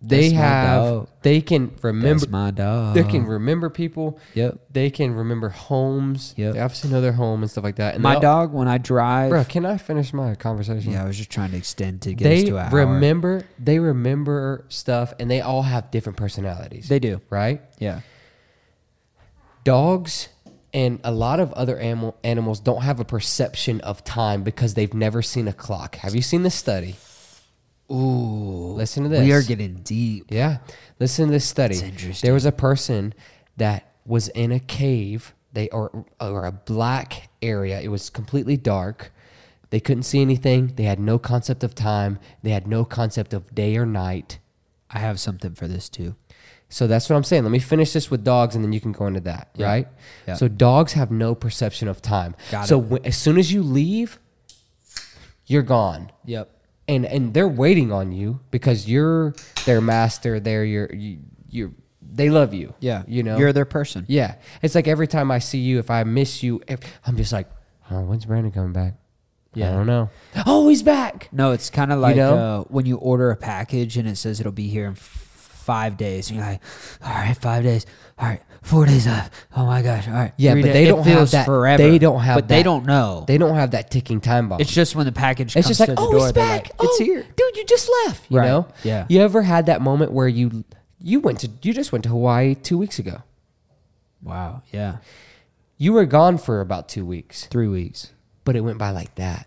S1: They
S2: That's my
S1: have
S2: dog.
S1: they can remember
S2: dog.
S1: they can remember people.
S2: Yep.
S1: They can remember homes.
S2: Yep.
S1: They obviously know their home and stuff like that. And
S2: my
S1: they'll-
S2: dog when I drive.
S1: Bro, can I finish my conversation?
S2: yeah, I was just trying to extend to get us
S1: They
S2: to an hour.
S1: remember they remember stuff and they all have different personalities.
S2: They do.
S1: Right?
S2: Yeah.
S1: Dogs And a lot of other animal, animals don't have a perception of time because they've never seen a clock. Have you seen this study? Ooh. Listen to this.
S2: We are getting deep.
S1: Yeah. Listen to this study. There was a person that was in a cave, they or or a black area. It was completely dark. They couldn't see anything. They had no concept of time. They had no concept of day or night.
S2: I have something for this too.
S1: So that's what I'm saying. Let me finish this with dogs, and then you can go into that, right? So dogs have no perception of time.
S2: Got
S1: so
S2: it.
S1: when- as soon as you leave, you're gone
S2: Yep.
S1: and and they're waiting on you because you're their master. They're your you you they love you.
S2: Yeah.
S1: you know
S2: You're their person.
S1: Yeah, it's like every time I see you, if I miss you, if, I'm just like, oh, when's Brandon coming back? Yeah, I don't know. Oh, he's back.
S2: No, it's kind of like
S1: know?
S2: uh, when you order a package and it says it'll be here in f- five days, and you're like, "All right, five days. All right, four days left. Oh my gosh. All right.
S1: Yeah,
S2: three
S1: but
S2: days."
S1: they
S2: It
S1: don't have
S2: feels
S1: that-
S2: Forever.
S1: they don't have
S2: But
S1: that.
S2: they don't know.
S1: They don't have that ticking time bomb.
S2: it's just when the package.
S1: It's
S2: comes
S1: just like,
S2: to the
S1: oh,
S2: door,
S1: he's
S2: they're
S1: back.
S2: like,
S1: oh,
S2: it's here.
S1: dude. You just left. You
S2: Right.
S1: know?
S2: Yeah.
S1: You ever had that moment where you you went to you just went to Hawaii two weeks ago?
S2: Wow. Yeah.
S1: You were gone for about two weeks,
S2: Three weeks.
S1: but it went by like that.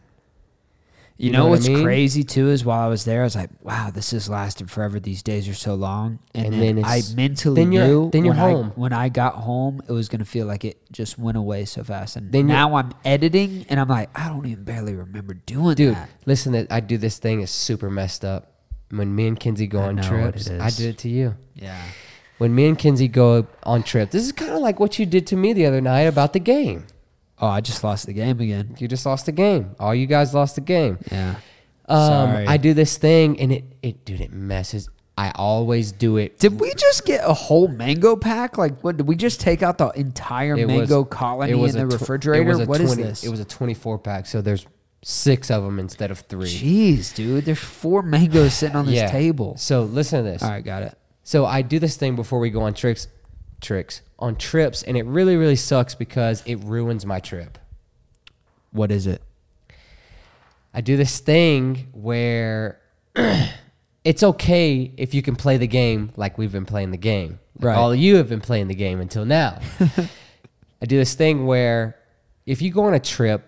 S2: You,
S1: You
S2: know,
S1: know what I
S2: what's
S1: mean?
S2: crazy too is while I was there, I was like, "Wow, this has lasted forever. These days are so long." And,
S1: And
S2: then,
S1: then
S2: I
S1: it's-
S2: mentally
S1: then you're-
S2: knew
S1: then you're
S2: when I-
S1: home.
S2: when I got home, it was gonna feel like it just went away so fast. And
S1: Then you're-
S2: now I'm editing, and I'm like, I don't even barely remember doing
S1: Dude,
S2: that.
S1: listen, that I do this thing is super messed up. When me and Kinsey go on
S2: know what
S1: trips,
S2: it
S1: I
S2: is.
S1: did it to you.
S2: Yeah,
S1: When me and Kinsey go on trips, this is kind of like what you did to me the other night about the game.
S2: Oh, I just lost the game again.
S1: You just lost the game. All you guys lost the game.
S2: Yeah.
S1: Um,
S2: Sorry.
S1: I do this thing, and it, it, dude, it messes. I always do it.
S2: Did we just get a whole mango pack? Like, what did we just take out the entire
S1: It was-
S2: mango colony
S1: it was
S2: in
S1: a
S2: the
S1: tw-
S2: refrigerator?
S1: It was a
S2: What is
S1: 20
S2: this?
S1: It was a twenty-four pack. So there's six of them instead of three.
S2: Jeez, dude, there's four mangoes sitting on this
S1: Yeah.
S2: table.
S1: So listen to this.
S2: All right, got it.
S1: So I do this thing before we go on tricks, tricks on trips, and it really, really sucks because it ruins my trip.
S2: What is it?
S1: I do this thing where it's okay if you can play the game like we've been playing the game. Like
S2: Right.
S1: All of you have been playing the game until now. I do this thing where if you go on a trip,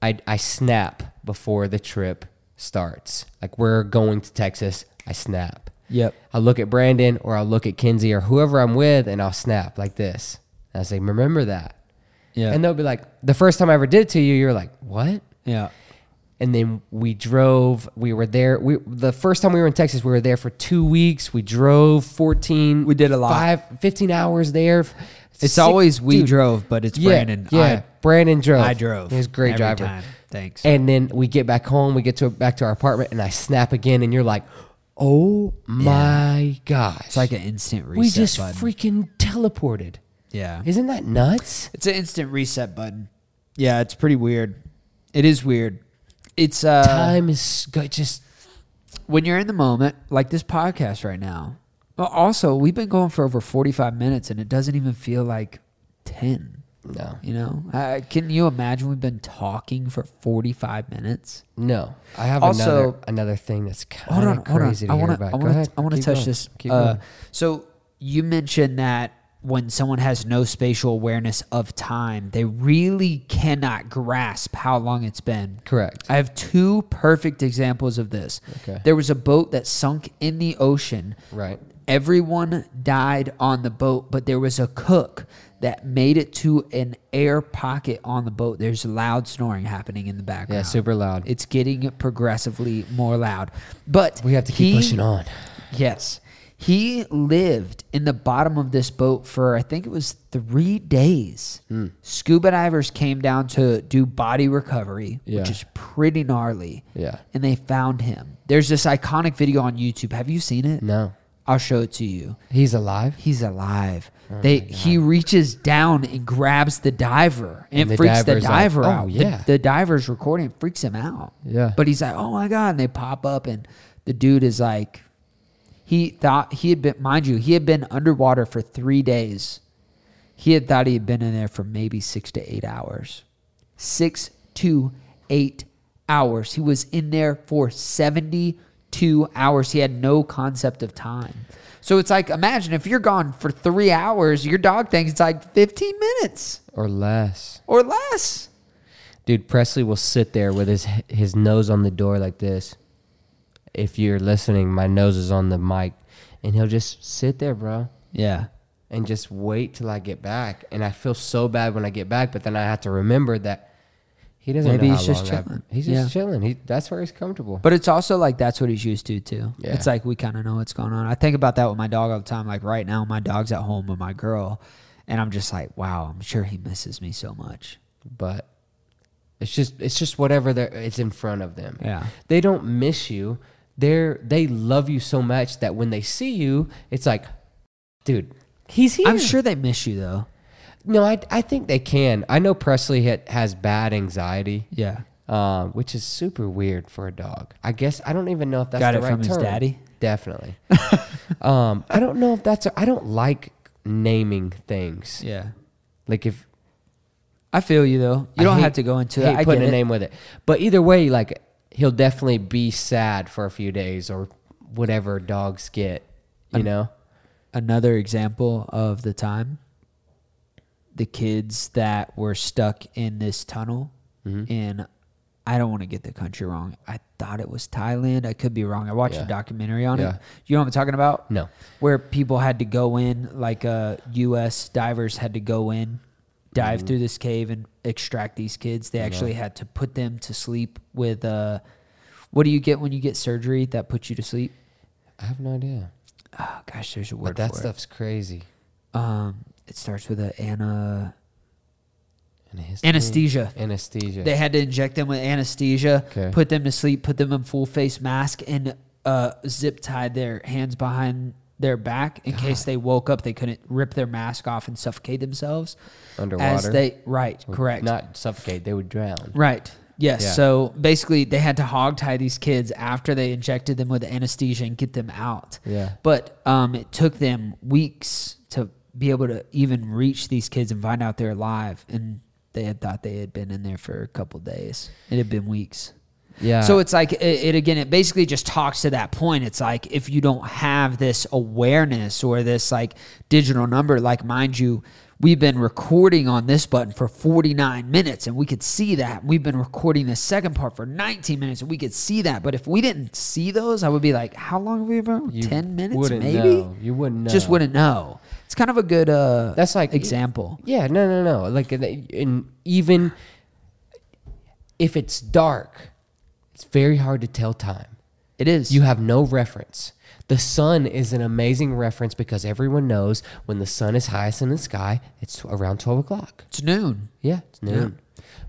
S1: I, I snap before the trip starts. Like we're going to Texas, I snap.
S2: Yep.
S1: I'll look at Brandon or I'll look at Kinsey or whoever I'm with and I'll snap like this. And I say, remember that.
S2: Yeah.
S1: And they'll be like, the first time I ever did it to you, you're like, what?
S2: yeah.
S1: and then we drove. We were there. We the first time we were in Texas, we were there for two weeks. We drove fourteen.
S2: We did a lot.
S1: Five, 15 hours there.
S2: It's
S1: Six-
S2: always we
S1: dude,
S2: drove, but it's
S1: Yeah,
S2: Brandon.
S1: Yeah,
S2: I-
S1: Brandon drove.
S2: I, drove.
S1: He was a great
S2: every
S1: driver.
S2: time. Thanks.
S1: And then we get back home. We get to back to our apartment, and I snap again, and you're like, "Oh my gosh!"
S2: it's like an instant reset.
S1: we just
S2: button.
S1: freaking teleported.
S2: Yeah.
S1: Isn't that nuts?
S2: It's an instant reset button. Yeah, it's pretty weird. It is weird. It's uh
S1: Time is go- just
S2: when you're in the moment, like this podcast right now. But also, we've been going for over 45 minutes and it doesn't even feel like 10.
S1: no,
S2: You know? Uh, can you imagine we've been talking for 45 minutes?
S1: no. I have
S2: Also-
S1: another another thing that's
S2: hold
S1: kind
S2: on,
S1: of crazy
S2: hold on.
S1: to hear
S2: I want to, I
S1: about. Go
S2: want
S1: ahead.
S2: to, I want to
S1: Keep
S2: touch
S1: going.
S2: this.
S1: Keep
S2: Uh,
S1: going.
S2: so you mentioned that when someone has no spatial awareness of time, they really cannot grasp how long it's been.
S1: Correct.
S2: I have two perfect examples of this.
S1: Okay.
S2: There was a boat that sunk in the ocean.
S1: Right.
S2: Everyone died on the boat, but there was a cook that made it to an air pocket on the boat. There's loud snoring happening in the background.
S1: super loud.
S2: It's getting progressively more loud. But
S1: We have to keep
S2: he-
S1: pushing on.
S2: Yes. He lived in the bottom of this boat for I think it was three days.
S1: Hmm.
S2: Scuba divers came down to do body recovery,
S1: Yeah.
S2: which is pretty gnarly.
S1: Yeah.
S2: And they found him. There's this iconic video on YouTube. Have you seen it?
S1: No.
S2: I'll show it to you.
S1: He's alive.
S2: He's alive.
S1: Oh
S2: they he reaches down and grabs the diver and, it
S1: And the
S2: freaks the
S1: diver's like,
S2: diver
S1: "Oh,
S2: out. The-
S1: yeah."
S2: The, diver's recording it freaks him out.
S1: Yeah.
S2: But he's like, "Oh my god!" And they pop up, and the dude is like, he thought he had been, mind you, he had been underwater for three days. He had thought he had been in there for maybe six to eight hours. Six to eight hours. He was in there for 72 hours. He had no concept of time. So it's like, imagine if you're gone for three hours, your dog thinks it's like 15 minutes
S1: or less.
S2: or less.
S1: Dude, Presley will sit there with his his nose on the door like this. If you're listening, my nose is on the mic, and he'll just sit there, bro,
S2: Yeah.
S1: and just wait till I get back. And I feel so bad when I get back, but then I have to remember that he doesn't.
S2: Maybe
S1: know
S2: he's
S1: how
S2: just
S1: long I've-
S2: chilling.
S1: He's just chilling. He that's where he's comfortable.
S2: But it's also like that's what he's used to too.
S1: Yeah.
S2: It's like we kind of know what's going on. I think about that with my dog all the time. Like right now, my dog's at home with my girl, and I'm just like, wow, I'm sure he misses me so much.
S1: but it's just it's just whatever they're it's in front of them.
S2: Yeah.
S1: They don't miss you. They're they love you so much that when they see you, it's like, dude, he's here.
S2: I'm sure they miss you though.
S1: No, I I think they can. I know Presley ha- has bad anxiety,
S2: Yeah.
S1: uh, which is super weird for a dog. I guess I don't even know if that's
S2: Got
S1: the
S2: it
S1: right
S2: from his
S1: term.
S2: daddy?
S1: Definitely. um, I don't know if that's. I I don't like naming things.
S2: Yeah.
S1: Like if
S2: I feel you though. You
S1: I
S2: don't
S1: hate-
S2: have to go into
S1: hate
S2: that. I
S1: putting
S2: get
S1: a
S2: it.
S1: name with it. But either way, like he'll definitely be sad for a few days or whatever dogs get.
S2: Um,
S1: You know,
S2: Another example of the time the kids that were stuck in this tunnel
S1: Mm-hmm.
S2: in I don't want to get the country wrong. I thought it was Thailand. I could be wrong. I watched
S1: Yeah.
S2: a documentary on
S1: Yeah.
S2: it. You know what I'm talking about?
S1: No.
S2: Where people had to go in, like uh, U.S. divers had to go in, dive through this cave and extract these kids. They actually had to put them to sleep with. Uh, what do you get when you get surgery that puts you to sleep?
S1: I have no idea.
S2: Oh gosh, there's a word
S1: But that
S2: for
S1: stuff's crazy.
S2: it. Um, it starts with a ana.
S1: And his-
S2: Anesthesia.
S1: Anesthesia.
S2: They had to inject them with anesthesia,
S1: Okay.
S2: put them to sleep, put them in full face mask, and uh, zip tied their hands behind their back in case they woke up. They couldn't rip their mask off and suffocate themselves. As
S1: Underwater?
S2: they right,
S1: Would
S2: correct,
S1: Not suffocate. They would drown.
S2: right. Yes.
S1: Yeah.
S2: So basically, they had to hog tie these kids after they injected them with anesthesia and get them out.
S1: Yeah.
S2: But um, it took them weeks to be able to even reach these kids and find out they're alive. And they had thought they had been in there for a couple days. It had been weeks.
S1: Yeah.
S2: So it's like it, it again. It basically just talks to that point. It's like if you don't have this awareness or this like digital number, like mind you, we've been recording on this button for 49 minutes, and we could see that. We've been recording the second part for 19 minutes, and we could see that. But if we didn't see those, I would be like, how long have we been?
S1: You
S2: 10 minutes,
S1: wouldn't
S2: maybe.
S1: know. You wouldn't know.
S2: Just wouldn't know. It's kind of a good. uh
S1: That's like-
S2: example.
S1: Yeah, no, no, no. Like, and- and even if it's dark, it's very hard to tell time.
S2: It is.
S1: You have no reference. The sun is an amazing reference because everyone knows when the sun is highest in the sky, it's around 12 o'clock.
S2: it's noon.
S1: Yeah, it's noon.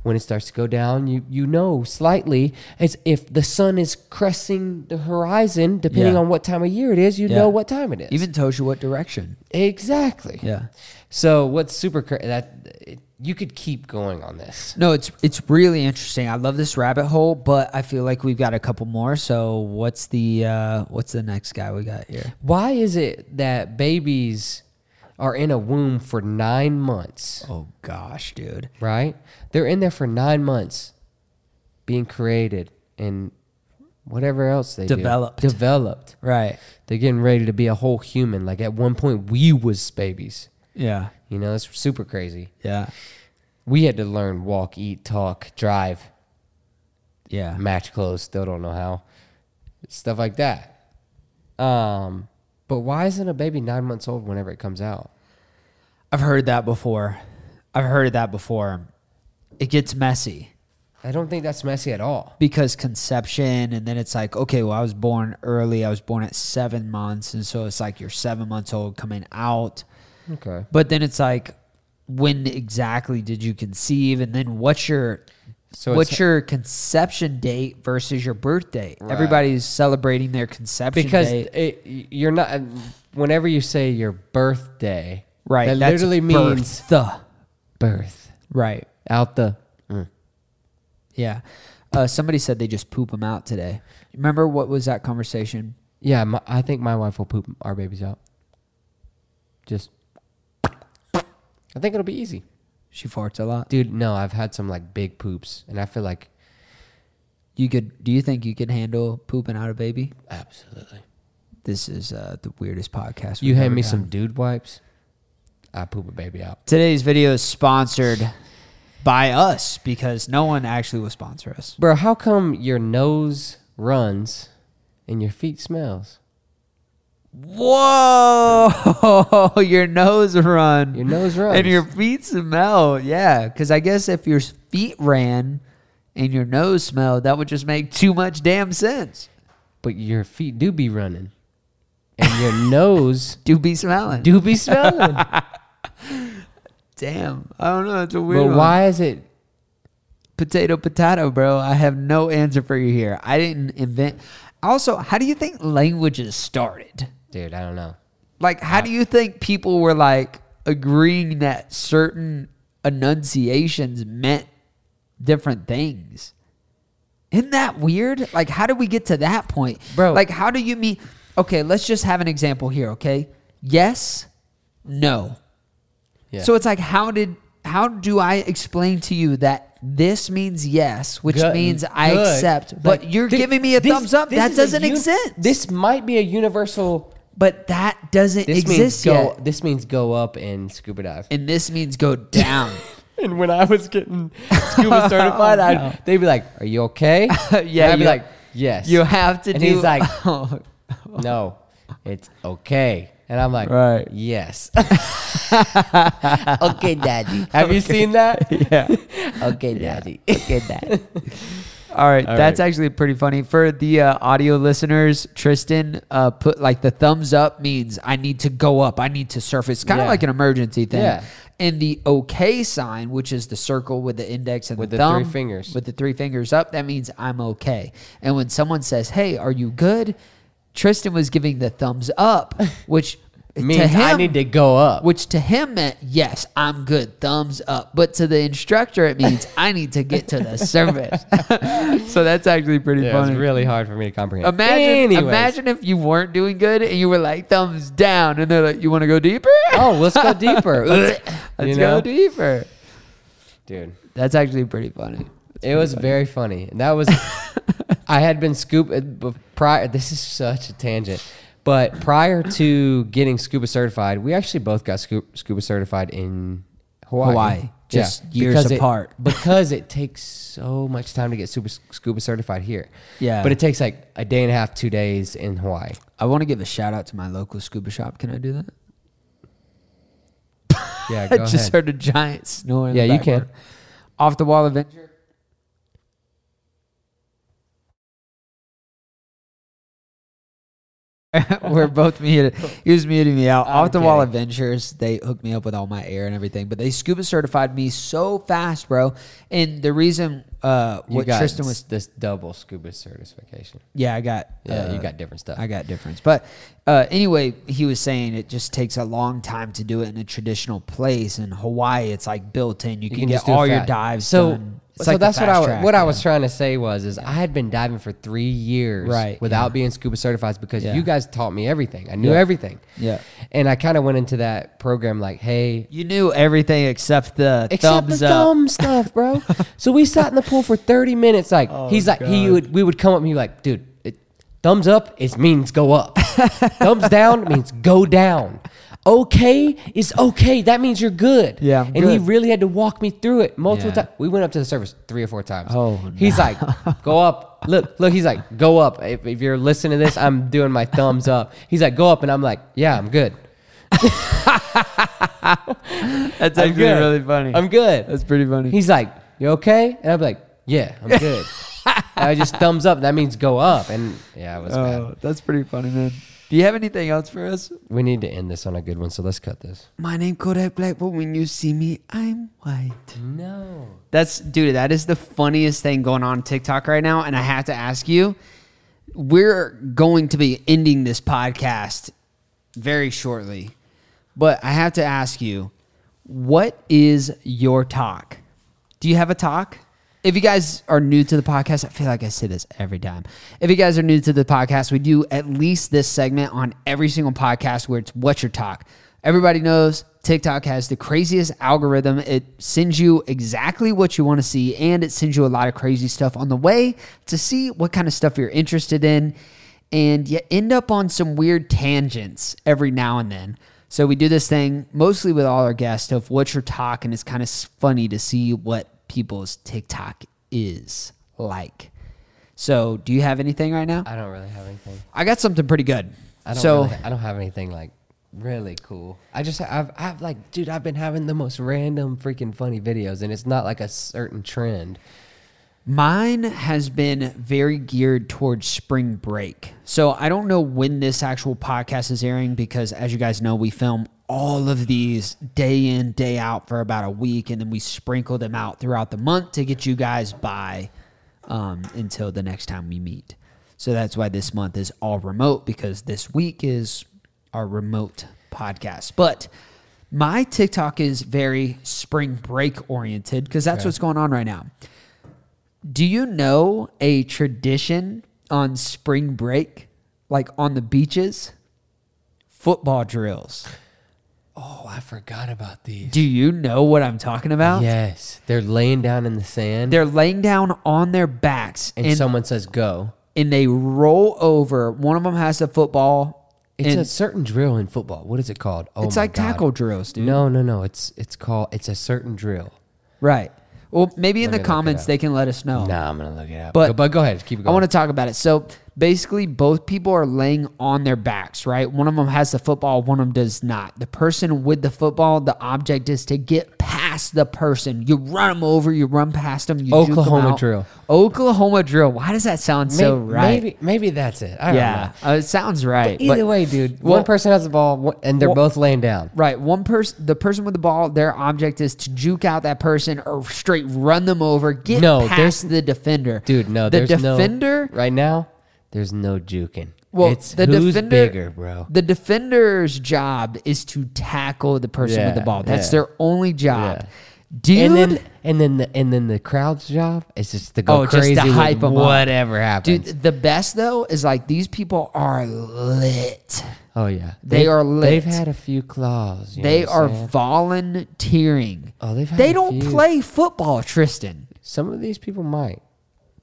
S1: When it starts to go down, you, you know slightly as if the sun is cresting the horizon, depending
S2: Yeah.
S1: on what time of year it is, you
S2: Yeah.
S1: know what time it is.
S2: Even tells you what direction.
S1: exactly.
S2: Yeah.
S1: So what's super cra- that it, you could keep going on this.
S2: No, it's it's really interesting. I love this rabbit hole, but I feel like we've got a couple more. So what's the uh, what's the next guy we got here?
S1: Why is it that babies are in a womb for 9 months?
S2: Oh gosh, dude.
S1: right? They're in there for nine months being created and whatever else they do.
S2: Developed.
S1: Developed.
S2: Right.
S1: They're getting ready to be a whole human. Like at one point we was babies.
S2: Yeah.
S1: You know, it's super crazy.
S2: Yeah.
S1: We had to learn walk, eat, talk, drive,
S2: Yeah.
S1: match clothes, still don't know how. Stuff like that. Um but why isn't a baby nine months old whenever it comes out?
S2: I've heard that before. I've heard that before. It gets messy
S1: I don't think that's messy at all.
S2: because conception, and then it's like, okay, well, I was born early. I was born at seven months, and so it's like you're seven months old coming out.
S1: Okay.
S2: But then it's like, when exactly did you conceive? And then what's your
S1: So
S2: what's
S1: it's-
S2: your conception date versus your birth date? Everybody's celebrating their conception
S1: because
S2: date.
S1: it, you're not. Whenever you say your birthday,
S2: right.
S1: that
S2: that's
S1: literally means
S2: birth.
S1: birth.
S2: Right.
S1: Out the
S2: Yeah. Uh, somebody said they just poop them out today. Remember what was that conversation?
S1: yeah, my, I think my wife will poop our babies out. Just, I think it'll be easy,
S2: She farts a lot.
S1: dude. No, I've had some like big poops, and I feel like
S2: You could. Do you think you could handle pooping out a baby?
S1: absolutely.
S2: This is uh, the weirdest podcast.
S1: You
S2: we've
S1: hand
S2: ever
S1: me
S2: done.
S1: some dude wipes. I poop a baby out.
S2: Today's video is sponsored by us because no one actually will sponsor us.
S1: Bro, how come your nose runs and your feet smells?
S2: Whoa! Your nose run.
S1: Your nose runs.
S2: And your feet smell. Yeah, because I guess if your feet ran and your nose smelled, that would just make too much damn sense.
S1: But your feet do be running. And your nose
S2: Do be smelling.
S1: do be smelling. but
S2: damn. I don't know. It's a weird one.
S1: why is it
S2: potato potato bro i have no answer for you here i didn't invent also how do you think languages started
S1: dude, I don't know.
S2: like how do you think people were like agreeing that certain enunciations meant different things isn't that weird like how did we get to that point
S1: Bro.
S2: like how do you mean okay let's just have an example here okay yes no
S1: Yeah.
S2: so it's like how did how do I explain to you that this means yes, which
S1: Good-
S2: means I
S1: good.
S2: accept, but
S1: Like,
S2: you're
S1: thi-
S2: giving me a
S1: this-
S2: thumbs up.
S1: this
S2: That
S1: is a
S2: doesn't
S1: uni-
S2: exist.
S1: This might be a universal
S2: but that doesn't
S1: this
S2: exist
S1: means
S2: yet.
S1: go this means go up and scuba dive.
S2: and this means go down.
S1: And when I was getting scuba certified, I'd, they'd be like, "Are you okay?"
S2: Yeah,
S1: and I'd be
S2: you-
S1: like, "Yes."
S2: you have to
S1: and
S2: do. Oh,
S1: he's like, "No, it's okay." And I'm like,
S2: Right.
S1: Yes." okay, daddy. Have you seen that? Yeah. okay, daddy. Okay, daddy.
S2: All right, that's actually pretty funny for the uh, audio listeners. Tristan uh, put like the thumbs up means I need to go up. I need to surface, kind of
S1: Yeah.
S2: like an emergency thing.
S1: Yeah.
S2: And the OK sign, which is the circle with the index and
S1: With
S2: the,
S1: the three
S2: thumb,
S1: fingers.
S2: with the three fingers up, that means I'm okay. And when someone says, "Hey, are you good?" Tristan was giving the thumbs up, which
S1: Means
S2: to him,
S1: I need to go up.
S2: which to him meant yes, I'm good, thumbs up. But to the instructor, it means I need to get to the surface. so that's actually pretty
S1: yeah,
S2: funny.
S1: it's really hard for me to comprehend.
S2: imagine,
S1: Anyways.
S2: imagine if you weren't doing good and you were like thumbs down, and they're like, "You want to go deeper?
S1: Oh, let's go deeper.
S2: let's
S1: You
S2: let's
S1: know?
S2: go deeper."
S1: dude.
S2: That's actually pretty funny.
S1: It was very funny. And that was, I had been scuba bef- prior. This is such a tangent, but prior to getting scuba certified, we actually both got scuba, scuba certified in Hawaii.
S2: Hawaii, just years
S1: because it-
S2: apart.
S1: because it takes so much time to get scuba, scuba certified here.
S2: Yeah.
S1: but it takes like a day and a half, two days in Hawaii.
S2: I want to give a shout out to my local scuba shop. Can I do that?
S1: Yeah,
S2: I
S1: go
S2: just
S1: ahead.
S2: heard a giant snore. in the
S1: Yeah, you
S2: background.
S1: can.
S2: Off the wall Avenger. We're both muted. He was muting me out. Off the wall adventures, they hooked me up with all my air and everything, but they scuba certified me so fast, bro. And the reason uh,
S1: You
S2: what
S1: got
S2: Tristan was,
S1: this double scuba certification.
S2: yeah, I got,
S1: Yeah,
S2: uh,
S1: you got different stuff.
S2: I got difference. But uh, anyway, he was saying it just takes a long time to do it in a traditional place. In Hawaii, it's like built in. You, can,
S1: just
S2: get
S1: do
S2: all your
S1: fat.
S2: dives
S1: So,
S2: done. It's
S1: so
S2: like the
S1: that's what
S2: fast
S1: I
S2: track,
S1: what
S2: yeah.
S1: I was trying to say was is I had been diving for three years
S2: Right,
S1: without being scuba certified because
S2: Yeah.
S1: you guys taught me everything. I knew
S2: Yeah.
S1: everything.
S2: Yeah.
S1: and I kind of went into that program like, hey.
S2: You knew everything except the
S1: Except
S2: thumbs
S1: the
S2: up.
S1: thumb stuff, bro. so we sat in the pool for thirty minutes. Like he's like he would we would come up and he like, dude, it, thumbs up it means go up. thumbs down means go down. Okay is okay. That means you're good.
S2: Yeah, I'm
S1: and he
S2: good.
S1: really had to walk me through it multiple
S2: Yeah.
S1: times. We went up to the surface three or four times.
S2: Oh,
S1: he's like, go up. Look, look. He's like, go up. If, if you're listening to this, I'm doing my thumbs up. He's like, go up, and I'm like, yeah, I'm good.
S2: That's
S1: I'm
S2: actually
S1: good.
S2: really funny.
S1: I'm good.
S2: That's pretty funny.
S1: He's like, you okay? And I'm like, yeah, I'm good. and I just thumbs up. That means go up. And yeah, it was bad.
S2: oh, that's pretty funny, man. Do you have anything else for us?
S1: We need to end this on a good one, so let's cut this.
S2: My name Kodak Black, but when you see me, I'm white.
S1: No.
S3: That's dude, that is the funniest thing going on TikTok right now and I have to ask you, we're going to be ending this podcast very shortly. But I have to ask you, what is your talk? Do you have a talk? If you guys are new to the podcast, I feel like I say this every time. If you guys are new to the podcast, we do at least this segment on every single podcast where it's what's your talk. Everybody knows TikTok has the craziest algorithm. It sends you exactly what you want to see and it sends you a lot of crazy stuff on the way to see what kind of stuff you're interested in.
S2: and you end up on some weird tangents every now and then. So we do this thing mostly with all our guests of what you're talking. It's kind of funny to see what people's TikTok is like. So, do you have anything right now?
S1: I don't really have anything.
S2: I got something pretty good.
S1: I don't
S2: so,
S1: really, I don't have anything like really cool. I just I've I've like dude, I've been having the most random freaking funny videos and it's not like a certain trend.
S2: Mine has been very geared towards spring break. So I don't know when this actual podcast is airing because, as you guys know, we film all of these day in, day out for about a week, and then we sprinkle them out throughout the month to get you guys by um, until the next time we meet. So that's why this month is all remote because this week is our remote podcast. But my TikTok is very spring break oriented because that's what's going on right now. Do you know a tradition on spring break, like on the beaches? Football drills.
S1: Oh, I forgot about these.
S2: Do you know what I'm talking about?
S1: Yes, they're laying down in the sand
S2: They're laying down on their backs
S1: and,
S2: and, and,
S1: someone says go.
S2: they roll over. One of them has the football.
S1: It's
S2: and
S1: a certain drill in football. What is it called? Oh
S2: it's
S1: my
S2: like
S1: God.
S2: tackle drills, dude.
S1: No, no, no. It's it's called it's a certain drill.
S2: Right. Well, maybe in
S1: Let me
S2: the
S1: look it
S2: comments
S1: up.
S2: they can let us know.
S1: Nah, I'm gonna look it up.
S2: Oh. But-
S1: But but go ahead, keep
S2: I
S1: it going.
S2: want to talk about it. So basically, both people are laying on their backs, right? One of them has the football, one of them does not. The person with the football, the object is to get past the person. You run them over, you run past them. You juke 'em
S1: Oklahoma
S2: out.
S1: drill.
S2: Oklahoma drill. Why does that sound so
S1: May-
S2: right?
S1: Maybe maybe that's it. I don't know.
S2: yeah, uh, it sounds right. but-
S1: Either way, dude,
S2: Well-
S1: one person has the ball one- and they're both laying down.
S2: Right. One person, the person with the ball, their object is to juke out that person or straight run them over, get
S1: No,
S2: past
S1: there's-
S2: the defender.
S1: Dude, no,
S2: the
S1: there's
S2: defender.
S1: no right now. There's no juking.
S2: Well,
S1: it's
S2: the
S1: who's
S2: defender,
S1: bigger, bro.
S2: The defender's job is to tackle the person with the
S1: Yeah,
S2: ball. That's
S1: yeah.
S2: their only job.
S1: Yeah.
S2: Dude,
S1: and then and then the and then the crowd's job is just to go
S2: Oh, just to
S1: crazy with
S2: hype 'em up.
S1: whatever happens.
S2: dude, the best though is like these people are lit.
S1: oh yeah,
S2: they are lit.
S1: They've had a few claws. you
S2: They
S1: know what
S2: are
S1: I'm saying?
S2: volunteering.
S1: Oh, they've had
S2: they
S1: a
S2: don't
S1: few.
S2: play football, Tristan.
S1: Some of these people might.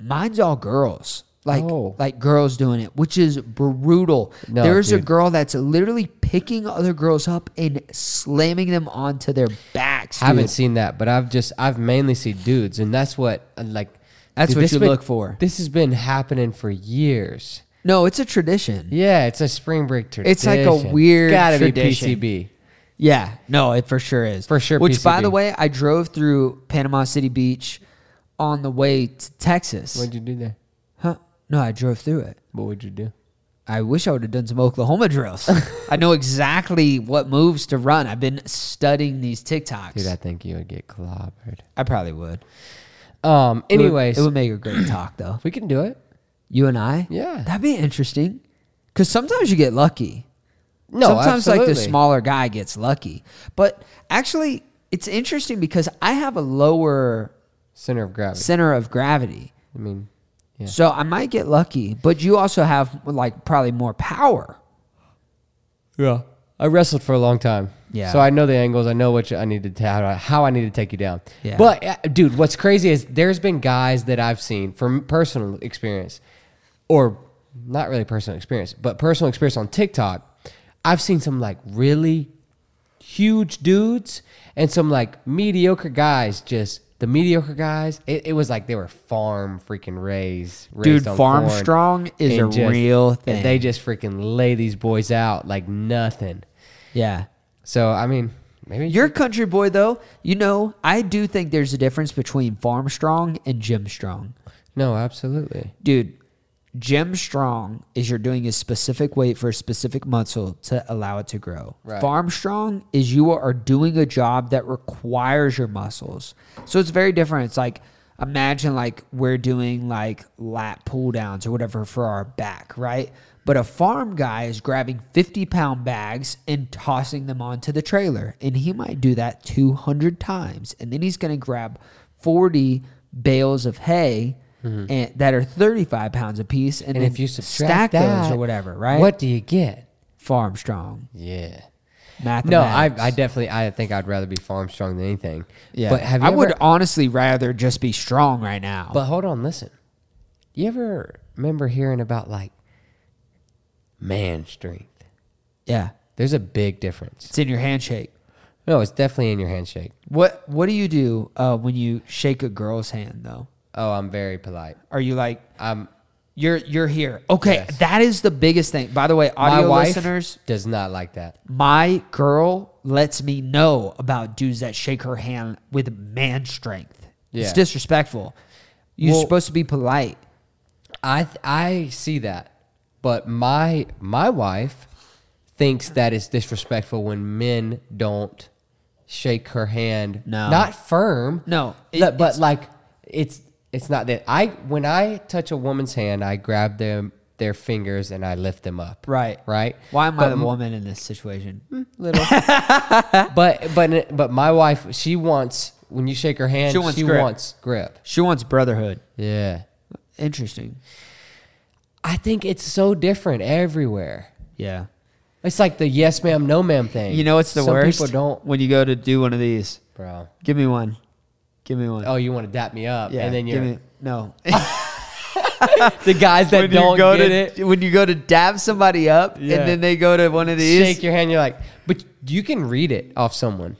S2: mine's all girls like
S1: Oh.
S2: like girls doing it which is brutal
S1: No,
S2: there's a
S1: dude.
S2: girl that's literally picking other girls up and slamming them onto their backs dude.
S1: haven't seen that, but I've just I've mainly seen dudes, and that's what uh, like
S2: That's
S1: dude,
S2: what
S1: this
S2: you
S1: been-
S2: look for.
S1: This has been happening for years.
S2: no it's a tradition yeah,
S1: Yeah, it's a spring break tradition.
S2: It's like a weird
S1: gotta
S2: tradition.
S1: be PCB.
S2: no it for sure is
S1: For sure
S2: which by
S1: PCB.
S2: the way i drove through panama city beach on the way to texas
S1: What'd you do there?
S2: huh no i drove through it
S1: What would you do?
S2: I wish I would have done some Oklahoma drills. I know exactly what moves to run. I've been studying these TikToks.
S1: Dude, I think you would get clobbered.
S2: I probably would.
S1: Um.
S2: It would-
S1: Anyways,
S2: it would make a great talk though.
S1: we can do it.
S2: You and I?
S1: Yeah.
S2: That'd be interesting. Because sometimes you get lucky.
S1: No,
S2: Sometimes, like, the
S1: absolutely.
S2: smaller guy gets lucky. But actually, it's interesting because I have a lower
S1: center of gravity.
S2: center of gravity.
S1: I mean, yeah.
S2: So I might get lucky. But you also have, like, probably more power.
S1: Yeah. I wrestled for a long time.
S2: Yeah.
S1: So I know the angles. I know what you, I need to ta- how, I- how I need to take you down.
S2: Yeah.
S1: But uh, dude, what's crazy is there's been guys that I've seen from personal experience, or not really personal experience, but personal experience on TikTok. I've seen some like really huge dudes and some like mediocre guys. Just the mediocre guys. It, it was like they were farm freaking raised. raised
S2: Dude,
S1: on
S2: farm
S1: corn,
S2: strong is
S1: and
S2: a real
S1: and
S2: thing.
S1: They just freaking lay these boys out like nothing.
S2: Yeah.
S1: So I mean, maybe
S2: You're a country boy, though. You know, I do think there's a difference between farm strong and gym strong.
S1: no, absolutely.
S2: dude gym strong is you're doing a specific weight for a specific muscle to allow it to grow farm strong is you are doing a job that requires your muscles so it's very different it's like imagine like we're doing like lat pull downs or whatever for our back right but a farm guy is grabbing 50 pound bags and tossing them onto the trailer and he might do that 200 times and then he's going to grab 40 bales of hay and that are 35 pounds apiece and, then
S1: And if you
S2: stack
S1: subtract
S2: those
S1: that,
S2: or whatever right
S1: What do you get?
S2: farm strong
S1: Yeah.
S2: mathematics
S1: No, I, I definitely I think I'd rather be farm strong than anything.
S2: yeah
S1: But have you
S2: i would
S1: ever-
S2: honestly rather just be strong right now
S1: But hold on, listen. You ever remember hearing about like man strength.
S2: Yeah.
S1: There's a big difference.
S2: It's in your handshake.
S1: No, it's definitely in your handshake.
S2: What What do you do uh, when you shake a girl's hand though?
S1: Oh, I'm very polite.
S2: Are you like
S1: I'm
S2: you're you're here? Okay, that is the biggest thing. By the way,
S1: my
S2: audio
S1: wife
S2: listeners,
S1: does not like that.
S2: my girl lets me know about dudes that shake her hand with man strength. It's
S1: Yeah.
S2: disrespectful. You're
S1: Well-
S2: supposed to be polite.
S1: I th- I see that, but my my wife thinks that it's disrespectful when men don't shake her hand.
S2: No.
S1: not firm.
S2: No, it-
S1: but, but
S2: it's-
S1: like it's it's not that I when I touch a woman's hand, I grab them their fingers and I lift them up.
S2: Right.
S1: right.
S2: Why am I
S1: But Hmm.
S2: the woman in this situation?
S1: little. but but but my wife, she wants when you shake her hand,
S2: She
S1: she
S2: wants
S1: wants
S2: grip.
S1: grip.
S2: She wants brotherhood.
S1: Yeah,
S2: Interesting.
S1: I think it's so different everywhere.
S2: Yeah.
S1: It's like the yes ma'am, no ma'am thing.
S3: You know, it's the
S1: Some
S3: worst.
S1: People don't,
S3: When you go to do one of these,
S1: bro.
S3: give me one. Give me one.
S1: Oh, you want to dap me up, and then
S3: give
S1: you're
S3: me- no.
S1: the guys that
S3: When you
S1: don't
S3: go
S1: get
S3: to
S1: it.
S3: when you go to dab somebody up,
S1: Yeah.
S3: and then they go to one of these.
S1: Shake your hand. You're like, but you can read it off someone.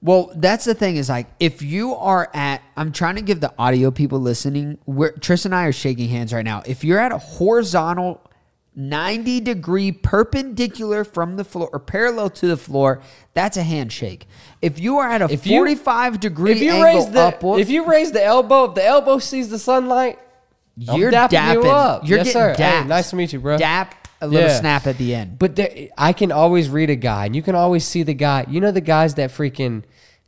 S3: Well,
S2: That's the thing is like if you are at I'm trying to give the audio people listening where Tris and I are shaking hands right now. If you're at a horizontal 90 degree perpendicular from the floor or parallel to the floor, that's a handshake. If you are at a
S1: If you-
S2: 45 degree
S1: If you
S2: angle
S1: raise the
S2: upward,
S1: if you raise the elbow, if the elbow sees the sunlight, I'm
S2: you're
S1: dapping,
S2: dapping,
S1: you up.
S2: you're
S1: yes,
S2: getting
S1: sir. Hey,
S2: dapped.
S1: nice to meet you, bro.
S2: dap a little
S1: Yeah.
S2: snap at the end.
S1: But there, I can always read a guy, and you can always see the guy. You know the guys that freaking,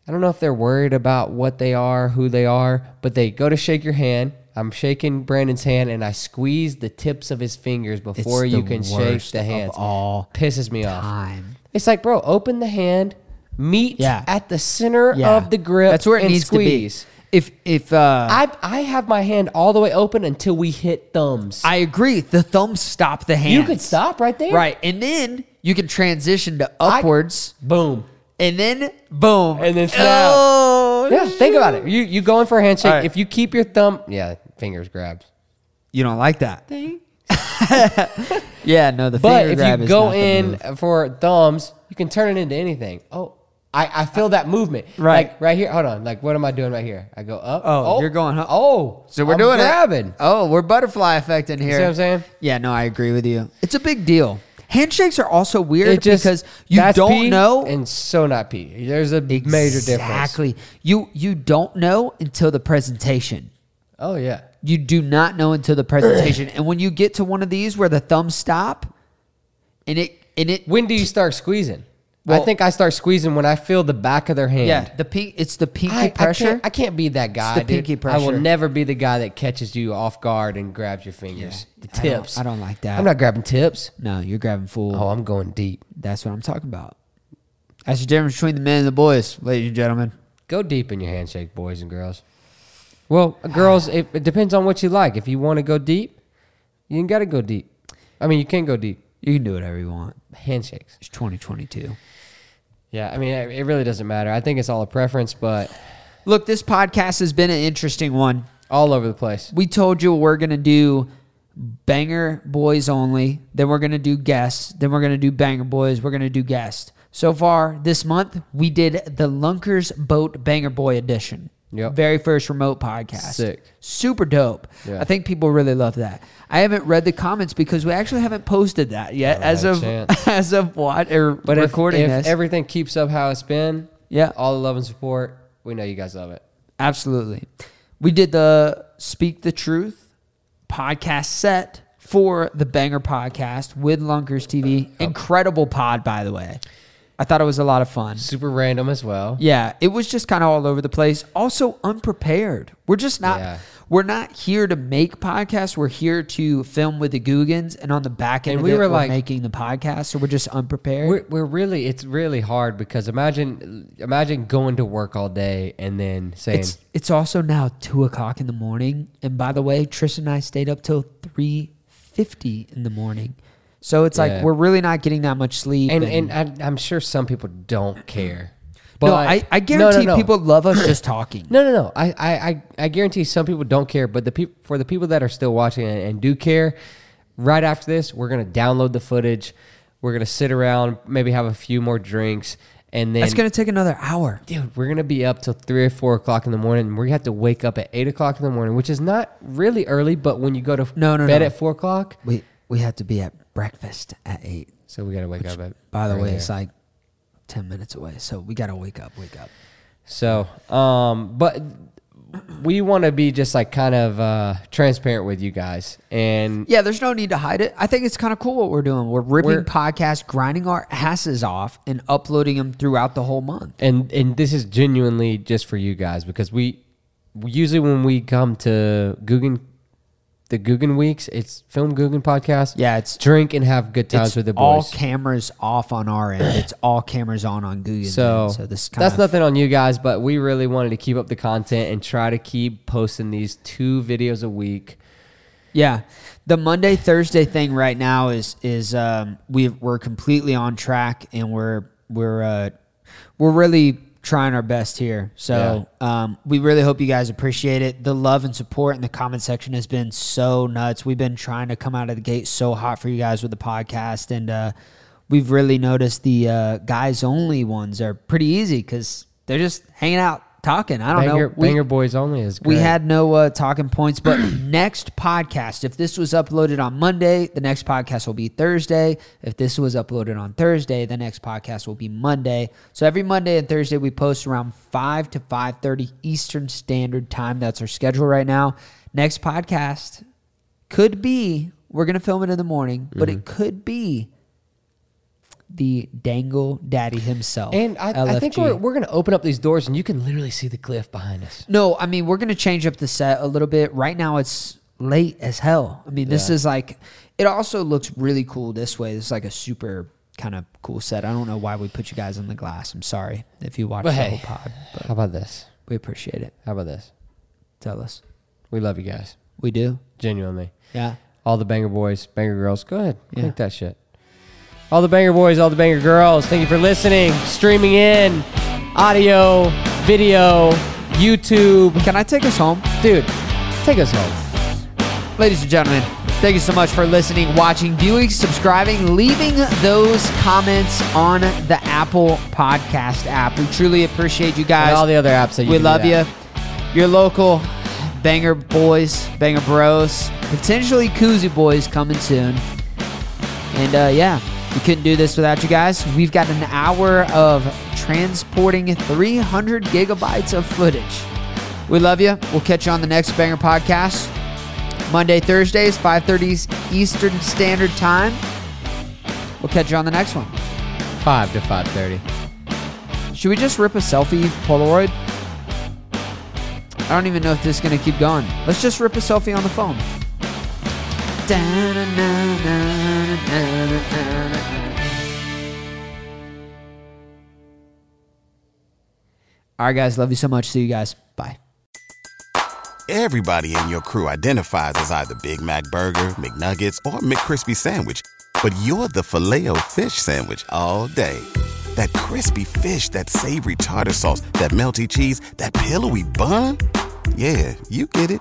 S1: I don't know if they're worried about what they are, who they are, but they go to shake your hand. I'm shaking Brandon's hand, and I squeeze the tips of his fingers before
S2: It's
S1: you
S2: the
S1: can shake
S2: worst
S1: the
S2: of
S1: hands.
S2: all
S1: pisses me
S2: time.
S1: off. It's like, bro, open the hand, meet
S2: Yeah.
S1: at the center
S2: Yeah.
S1: of the grip.
S2: That's where it
S1: and
S2: needs
S1: squeeze.
S2: to be. If if uh
S1: I I have my hand all the way open until we hit thumbs.
S2: I agree. The thumbs stop the hand.
S1: you could stop right there.
S2: Right. And then you can transition to upwards.
S1: Boom.
S2: and then boom.
S1: And then snap.
S2: Oh,
S1: Yeah, think about it. You you going for a handshake?
S2: All right.
S1: If you keep your thumb, yeah, fingers grabbed.
S2: You don't like that. yeah, no, the
S1: But
S2: finger
S1: if
S2: grab
S1: you
S2: is
S1: go
S2: not the
S1: in
S2: move.
S1: for thumbs, you can turn it into anything. Oh, I, I feel that movement.
S2: Right.
S1: like, right here. Hold on, like what am I doing right here? I go up.
S2: Oh, you're going up.
S1: Oh,
S3: so we're
S1: I'm
S3: doing
S1: grabbing.
S3: it. Oh, we're butterfly effect in here.
S1: what I'm saying?
S3: Yeah, no, I agree with you.
S2: It's a big deal. Handshakes are also weird
S1: It just
S2: because you
S1: that's
S2: don't
S1: pee
S2: know
S1: and so not pee. There's a major difference.
S2: Exactly. You you don't know until the presentation.
S1: Oh yeah.
S2: You do not know until the presentation. and when you get to one of these where the thumbs stop and it and it
S1: When do you start squeezing?
S2: Well-
S1: I think I start squeezing when I feel the back of their hand.
S2: yeah, the pink it's the pinky
S1: I, I
S2: pressure.
S1: can't, I can't be that guy.
S2: the
S1: dude.
S2: pinky
S1: I
S2: pressure.
S1: will never be the guy that catches you off guard and grabs your fingers. The
S2: I don't-
S1: tips.
S2: I don't like that.
S1: I'm not grabbing tips.
S2: no, you're grabbing full.
S1: Oh, I'm going deep.
S2: That's what I'm talking about.
S3: That's the difference between the men and the boys, ladies and gentlemen.
S1: Go deep in your handshake, boys and girls. Well, girls, it, it depends on what you like. If you want to go deep, you ain't got to go deep. I mean, you can go deep.
S2: You can do whatever you want.
S1: Handshakes.
S2: It's 2022.
S1: Yeah, I mean, it it really doesn't matter. I think it's all a preference, but
S2: Look, this podcast has been an interesting one.
S1: all over the place.
S2: We told you we're going to do banger boys only, then we're going to do guests, then we're going to do banger boys, we're going to do guests. So far this month, we did the Lunkers Boat Banger Boy edition.
S1: Yep.
S2: Very first remote podcast.
S1: Sick.
S2: Super dope.
S1: Yeah.
S2: I think people really love that. I haven't read the comments because we actually haven't posted that yet as
S1: had a
S2: of
S1: chance.
S2: as of what or
S1: But if-
S2: recording
S1: if,
S2: this.
S1: everything keeps up how it's been,
S2: Yeah.
S1: all the love and support, we know you guys love it.
S2: Absolutely. We did the Speak the Truth podcast set for the Banger podcast with Lunkers TV. Incredible pod, by the way. I thought it was a lot of fun.
S1: Super random as well.
S2: Yeah, it was just kind of all over the place. Also unprepared. We're just not
S1: Yeah.
S2: we're not here to make podcasts. We're here to film with the Googans and on the back end
S1: And
S2: of
S1: we
S2: it,
S1: were
S2: we're
S1: like-
S2: making the podcast, so we're just unprepared.
S1: We're, we're really it's really hard because imagine imagine going to work all day and then saying
S2: It's it's also now two o'clock in the morning, and by the way, Trish and I stayed up till three fifty in the morning. So it's like
S1: Yeah.
S2: we're really not getting that much sleep.
S1: and and I, I'm sure some people don't care. But
S2: no, I, I
S1: No, no,
S2: guarantee
S1: no.
S2: people love us just talking.
S1: No, no, no. I, I, I, I guarantee some people don't care, but the people for the people that are still watching and, and do care, right after this, we're gonna download the footage. We're gonna sit around, maybe have a few more drinks, and then
S2: That's going to take another hour.
S1: dude, we're gonna be up till three or four o'clock in the morning. and We have to wake up at eight o'clock in the morning, which is not really early, but when you go to
S2: No, no,
S1: bed
S2: no.
S1: at four o'clock,
S2: We we have to be at breakfast at eight.
S1: so we gotta wake up at.
S2: By the way,
S1: earlier.
S2: it's like ten minutes away, so we gotta wake up, wake up.
S1: So, um, but we want to be just like kind of uh, transparent with you guys, and
S2: Yeah, there's no need to hide it. I think it's kind of cool what we're doing. We're ripping
S1: We're-
S2: podcasts, grinding our asses off, and uploading them throughout the whole month.
S1: and and this is genuinely just for you guys because we usually when we come to Guggen, the Guggen weeks, it's film Guggen podcast.
S2: Yeah, it's-
S1: drink and have good times
S2: it's
S1: with the
S2: all
S1: boys.
S2: cameras off on our end. It's all cameras on on Google.
S1: so,
S2: so this kind
S1: that's
S2: of,
S1: nothing on you guys, but we really wanted to keep up the content and try to keep posting these two videos a week.
S2: Yeah. The Monday Thursday thing right now is is um, we we're completely on track and we're we're uh, we're really trying our best here. So um, we really hope you guys appreciate it. The love and support in the comment section has been so nuts. We've been trying to come out of the gate so hot for you guys with the podcast, and uh, we've really noticed the uh, guys only ones are pretty easy because they're just hanging out talking. I don't
S1: Banger,
S2: know. We-
S1: Banger Boys only is great.
S2: we had no uh, talking points, but next podcast, if this was uploaded on Monday, the next podcast will be Thursday. If this was uploaded on Thursday, the next podcast will be Monday. So every Monday and Thursday we post around 5 to 5:30 Eastern Standard Time. That's our schedule right now. Next podcast could be we're going to film it in the morning, but it could be the Dangle Daddy himself.
S1: And I, I think
S2: LFG.
S1: we're, we're going to open up these doors and you can literally see the cliff behind us.
S2: No, I mean we're gonna change up the set a little bit. Right now it's late as hell. I mean this is like it also looks really cool this way. This is like a super kind of cool set. I don't know why we put you guys in the glass. I'm sorry if you watch
S1: But
S2: the
S1: hey,
S2: whole pod.
S1: how about this?
S2: We appreciate it.
S1: How about this?
S2: Tell us.
S1: We love you guys,
S2: We do.
S1: genuinely.
S2: Yeah.
S1: All the banger boys, banger girls, go ahead, click that shit. All the banger boys, all the banger girls, thank you for listening, streaming in, audio, video, YouTube.
S2: Can I take us home?
S1: Dude, take us home.
S2: Ladies and gentlemen, thank you so much for listening, watching, viewing, subscribing, leaving those comments on the Apple Podcast app. We truly appreciate you guys.
S1: And all the other apps that you
S2: we
S1: can do
S2: love
S1: that.
S2: you. Your local banger boys, banger bros, potentially koozie boys coming soon. And uh, yeah, we couldn't do this without you guys. We've got an hour of transporting 300 gigabytes of footage. We love you. We'll catch you on the next banger podcast. Monday, Thursdays, 5:30 Eastern Standard Time. We'll catch you on the next one.
S1: Five to five thirty.
S2: Should we just rip a selfie Polaroid? I don't even know if this is gonna keep going. Let's just rip a selfie on the phone. All right, guys. Love you so much. See you guys. Bye.
S4: Everybody in your crew identifies as either Big Mac Burger, McNuggets, or McCrispy Sandwich. But you're the filet fish Sandwich all day. That crispy fish, that savory tartar sauce, that melty cheese, that pillowy bun. Yeah, you get it.